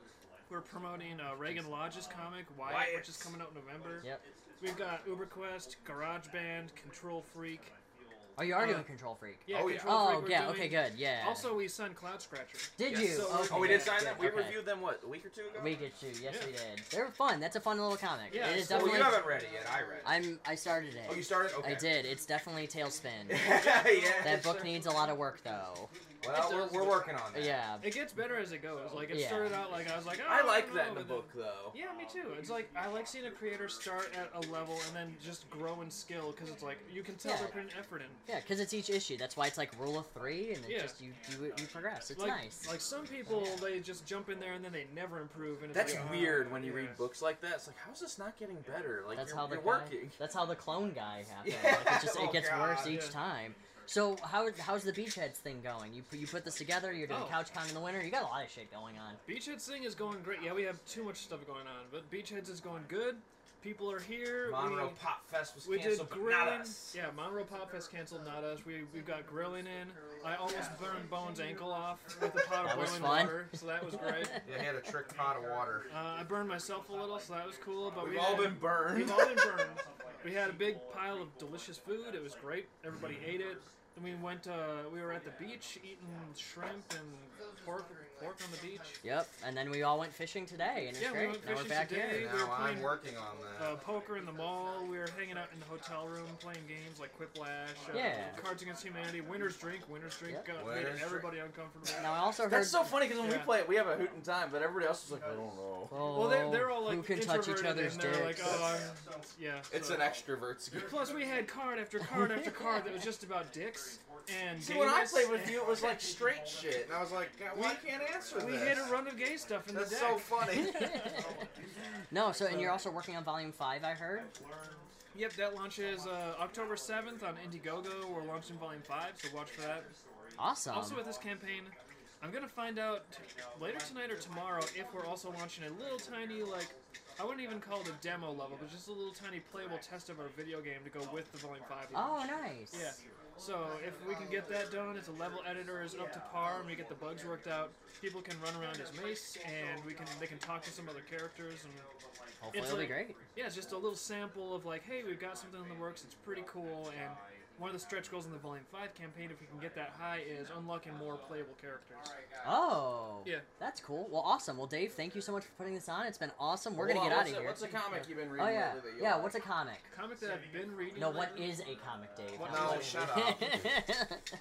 Speaker 6: We're promoting uh, Reagan Lodge's comic Wyatt, which is coming out in November.
Speaker 1: Yep.
Speaker 6: We've got UberQuest, GarageBand, Control Freak.
Speaker 1: Oh, you are
Speaker 6: uh,
Speaker 1: doing Control Freak.
Speaker 6: Yeah,
Speaker 3: Oh, yeah.
Speaker 6: Control
Speaker 1: Oh,
Speaker 6: Freak we're
Speaker 1: yeah.
Speaker 6: doing.
Speaker 1: Okay, good. Yeah.
Speaker 6: Also, we signed Cloud Scratcher.
Speaker 1: did
Speaker 6: yeah,
Speaker 1: you?
Speaker 6: so-
Speaker 1: okay,
Speaker 2: Oh, we did
Speaker 1: good,
Speaker 2: sign
Speaker 1: good,
Speaker 2: that. We
Speaker 1: okay.
Speaker 2: reviewed them what a week or two ago.
Speaker 1: We get you. Yes,
Speaker 6: Yeah.
Speaker 1: we did. They were fun. That's a fun little comic.
Speaker 6: Yeah,
Speaker 1: it is
Speaker 6: so
Speaker 2: Well,
Speaker 1: definitely.
Speaker 2: you haven't read it yet. I read. it.
Speaker 1: I'm. I started it.
Speaker 2: Oh, you started? Okay.
Speaker 1: I did. It's definitely tailspin.
Speaker 2: yeah.
Speaker 1: that book needs a lot of work though.
Speaker 2: Well, we're, we're working on that.
Speaker 1: Yeah.
Speaker 6: It gets better as it goes. Like it
Speaker 1: Yeah.
Speaker 6: started out like I was like, oh,
Speaker 2: I like
Speaker 6: don't
Speaker 2: that in
Speaker 6: know,"
Speaker 2: the
Speaker 6: but then-
Speaker 2: book though.
Speaker 6: Yeah, me too. It's like I like seeing a creator start at a level and then just grow in skill because it's like you can tell
Speaker 1: Yeah.
Speaker 6: they're putting effort in.
Speaker 1: Yeah, because it's each issue. That's why it's like rule of three, and then
Speaker 6: Yeah.
Speaker 1: just you do it, you progress. It's
Speaker 6: like,
Speaker 1: nice.
Speaker 6: Like some people, they just jump in there and then they never improve. And it's
Speaker 2: That's
Speaker 6: like, ah,
Speaker 2: weird when you read
Speaker 6: yeah.
Speaker 2: books like that. It's like, how's this not getting better? Like
Speaker 1: that's
Speaker 2: you're,
Speaker 1: how the
Speaker 2: you're
Speaker 1: guy,
Speaker 2: working.
Speaker 1: That's how the clone guy happened.
Speaker 2: Yeah.
Speaker 1: Like, it just it
Speaker 2: Oh,
Speaker 1: gets
Speaker 2: God,
Speaker 1: worse each
Speaker 6: yeah.
Speaker 1: time. So how how's the beachheads thing going? You put you put this together. You're doing
Speaker 6: Oh.
Speaker 1: couch con in the winter. You got a lot of shit going on.
Speaker 6: Beachheads thing is going great. Yeah, we have too much stuff going on, but Beachheads is going good. People are here.
Speaker 2: Monroe Pop Fest was
Speaker 6: we, we did
Speaker 2: canceled, but
Speaker 6: grilling.
Speaker 2: not us.
Speaker 6: Yeah, Monroe Pop Fest canceled, not us. We we've got grilling in. I almost burned Bones' ankle off with a pot of
Speaker 1: That was
Speaker 6: boiling
Speaker 1: fun.
Speaker 6: water, so that was great.
Speaker 3: Yeah, he had a trick pot of water.
Speaker 6: Uh, I burned myself a little, so that was cool. But
Speaker 3: We've
Speaker 6: we
Speaker 3: all
Speaker 6: had-
Speaker 3: been burned.
Speaker 6: We've all been burned. We had a big pile of delicious food. It was great. Everybody ate it. Then we went. Uh, we were at the beach eating shrimp and pork. Pork on the beach.
Speaker 1: Yep. And then we all went fishing today, and it's
Speaker 6: Yeah, we
Speaker 1: great.
Speaker 6: went
Speaker 1: now we're
Speaker 6: fishing
Speaker 1: back
Speaker 6: today.
Speaker 1: here.
Speaker 3: Now I'm working on
Speaker 6: Uh,
Speaker 3: that.
Speaker 6: poker in the mall. We were hanging out in the hotel room playing games like Quiplash. Uh,
Speaker 1: Yeah.
Speaker 6: Cards Against Humanity. Winners drink. Winners drink.
Speaker 1: Yep.
Speaker 6: Got,
Speaker 3: Winners
Speaker 6: made
Speaker 3: drink.
Speaker 6: everybody uncomfortable.
Speaker 1: Now I also heard.
Speaker 2: That's so funny because when we
Speaker 6: Yeah.
Speaker 2: play it, we have a hoot and time, but everybody else is like, I don't know.
Speaker 1: oh,
Speaker 6: Well, they're, they're all like
Speaker 1: who can touch each
Speaker 6: introverted
Speaker 1: other's
Speaker 6: and they're
Speaker 1: dicks?
Speaker 6: Like, oh, I'm, yeah.
Speaker 3: It's
Speaker 6: so-
Speaker 3: an extrovert's game.
Speaker 6: Plus, we had card after card after card that was just about dicks and.
Speaker 2: See, when I
Speaker 6: gayness
Speaker 2: played with
Speaker 6: and-
Speaker 2: you, it was like straight shit.
Speaker 3: And I was like, God, why can't I answer
Speaker 6: We
Speaker 3: this?
Speaker 6: hit a run of gay stuff in
Speaker 3: That's
Speaker 6: the
Speaker 3: so
Speaker 6: deck.
Speaker 3: funny.
Speaker 1: no. So
Speaker 6: uh,
Speaker 1: and you're also working on volume five. I heard.
Speaker 6: Yep, that launches uh, October 7th on Indiegogo. We're launching Volume 5, so watch for that.
Speaker 1: Awesome.
Speaker 3: Um,
Speaker 6: Also, with this campaign, I'm going to find out later tonight or tomorrow if we're also launching a little tiny, like, I wouldn't even call it a demo level, but just a little tiny playable test of our video game to go with the Volume 5.
Speaker 1: oh,
Speaker 6: launch.
Speaker 1: nice.
Speaker 6: Yeah. So, if we can get that done, if the level editor is up to par and we get the bugs worked out, people can run around as Mace and we can they can talk to some other characters and
Speaker 1: Hopefully
Speaker 6: It's
Speaker 1: it'll be
Speaker 6: like-
Speaker 1: great.
Speaker 6: Yeah, it's just a little sample of like, hey, we've got something in the works. It's pretty cool, and one of the stretch goals in the Volume Five campaign, if we can get that high, is unlocking more playable characters.
Speaker 1: Oh.
Speaker 6: Yeah.
Speaker 1: That's cool. Well, awesome. Well, Dave, thank you so much for putting this on. It's been awesome. We're gonna
Speaker 2: Hold
Speaker 1: get
Speaker 2: on,
Speaker 1: out
Speaker 2: what's
Speaker 1: of
Speaker 2: a-
Speaker 1: here.
Speaker 2: What's a comic you've been reading
Speaker 1: Oh yeah,
Speaker 2: lately? that you
Speaker 1: yeah.
Speaker 2: like?
Speaker 1: What's a comic?
Speaker 6: Comic that I've been reading.
Speaker 1: No, what
Speaker 6: lately-
Speaker 1: is a comic, Dave?
Speaker 6: What-
Speaker 1: How
Speaker 3: no,
Speaker 1: about
Speaker 3: shut
Speaker 1: it?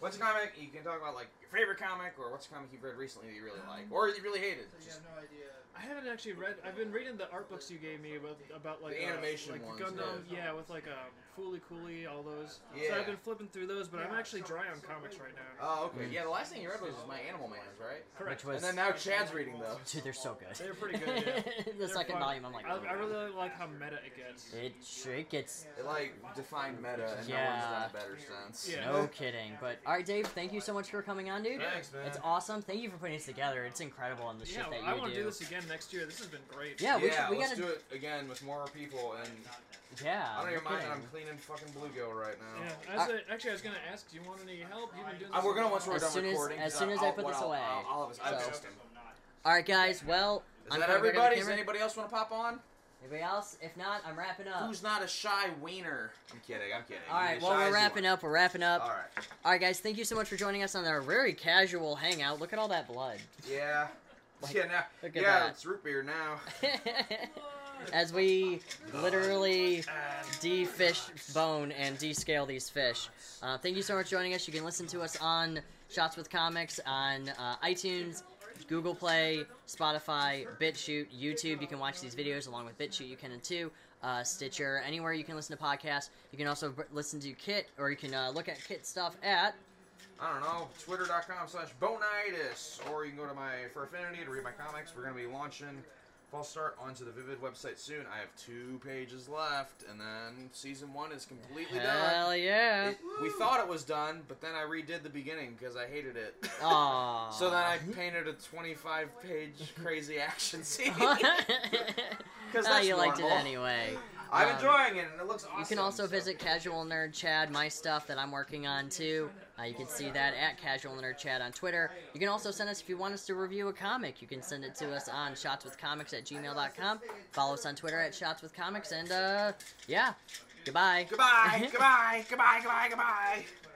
Speaker 2: What's a comic you can talk about, like your favorite comic, or what's a comic you've read recently that you really like, or you really hated?
Speaker 8: So you
Speaker 2: Just
Speaker 8: have no idea.
Speaker 6: I haven't actually read. I've been reading the art books you gave me about, about like
Speaker 2: The
Speaker 6: uh,
Speaker 2: animation
Speaker 6: like
Speaker 2: ones,
Speaker 6: Gundam. Yeah. with like um, Fooly Cooly, all those. So
Speaker 2: Yeah.
Speaker 6: I've been flipping through those, but I'm actually dry on comics right now.
Speaker 2: oh, okay. Yeah, the last thing you read was my Animal Man's, right?
Speaker 1: Which
Speaker 6: Correct.
Speaker 1: was,
Speaker 2: And then now Chad's reading those.
Speaker 1: dude, they're so good.
Speaker 6: They're pretty good. Yeah.
Speaker 1: the
Speaker 6: They're
Speaker 1: second
Speaker 6: fun.
Speaker 1: volume, I'm like,
Speaker 6: I, I really like how meta it gets.
Speaker 1: it sure it gets.
Speaker 2: It like defined meta, and no one's done
Speaker 1: Yeah.
Speaker 2: a better sense.
Speaker 6: Yeah.
Speaker 1: No kidding, but all right, Dave. Thank you so much for coming on, dude.
Speaker 3: Thanks, man.
Speaker 1: It's awesome. Thank you for putting this together. It's incredible on the
Speaker 6: Yeah,
Speaker 1: shit that
Speaker 6: well,
Speaker 1: you
Speaker 6: I want to do this again next year. This has been great.
Speaker 1: Yeah, we,
Speaker 3: yeah,
Speaker 1: should, we
Speaker 3: let's
Speaker 1: gotta.
Speaker 3: do it again with more people. And
Speaker 1: Yeah.
Speaker 3: I don't even
Speaker 1: no
Speaker 3: mind that
Speaker 1: kidding.
Speaker 3: I'm cleaning fucking bluegill right now.
Speaker 6: Yeah, I was uh, actually, I was gonna ask, do you want any help? You've been doing
Speaker 2: Uh,
Speaker 6: this
Speaker 2: we're
Speaker 6: a
Speaker 2: gonna
Speaker 6: while.
Speaker 2: once we're
Speaker 1: As
Speaker 2: done
Speaker 1: soon as-
Speaker 2: recording.
Speaker 1: as
Speaker 2: 'cause
Speaker 3: uh,
Speaker 1: soon as
Speaker 2: I'll-
Speaker 1: I put
Speaker 2: what
Speaker 1: this
Speaker 2: I'll-
Speaker 1: away.
Speaker 2: I'll- All of us. I've
Speaker 1: So-
Speaker 2: missed him.
Speaker 1: All right, guys. Well,
Speaker 3: Is
Speaker 1: I'm
Speaker 3: that
Speaker 1: gonna grab the
Speaker 3: everybody? Does
Speaker 1: camera.
Speaker 3: anybody else want to pop on?
Speaker 1: Anybody else? If not, I'm wrapping up.
Speaker 2: Who's not a shy wiener? I'm kidding. I'm kidding.
Speaker 1: All right, well, we're wrapping up. We're wrapping up.
Speaker 3: All
Speaker 1: All right.
Speaker 3: right.
Speaker 1: guys, thank you so much for joining us on our very casual hangout. Look at all that blood.
Speaker 3: Yeah.
Speaker 1: Like,
Speaker 3: yeah. Now.
Speaker 1: Look at
Speaker 3: Yeah. It's root beer now.
Speaker 1: that. as we literally de-fish bone and descale these fish. Uh, thank you so much for joining us. You can listen to us on Shots with Comics on uh, iTunes, Google Play, Spotify, BitChute, YouTube. You can watch these videos along with BitChute. You can too. Uh, Stitcher, anywhere you can listen to podcasts. You can also b- listen to Kit, or you can uh, look at Kit stuff at
Speaker 2: I don't know, twitter.com slash bonitis, or you can go to my for affinity to read my comics. We're going to be launching False Start onto the Vivid website soon. I have two pages left, and then season one is completely done.
Speaker 1: Hell yeah.
Speaker 2: It- we thought it was done, but then I redid the beginning because I hated it.
Speaker 1: Aw.
Speaker 2: so then I painted a 25 page crazy action scene.
Speaker 1: Because
Speaker 2: that's
Speaker 1: Oh, you liked it
Speaker 2: normal.
Speaker 1: anyway.
Speaker 2: I'm
Speaker 1: Um,
Speaker 2: enjoying it, and it looks awesome.
Speaker 1: You can also
Speaker 2: so-
Speaker 1: visit Casual Nerd Chad, my stuff that I'm working on too. Uh, you can see that at Casual Nerd Chad on Twitter. You can also send us, if you want us to review a comic, you can send it to us on shotswithcomics at gmail.com. Follow us on Twitter at shotswithcomics, and uh, yeah, goodbye.
Speaker 2: Goodbye, goodbye, goodbye, goodbye, goodbye.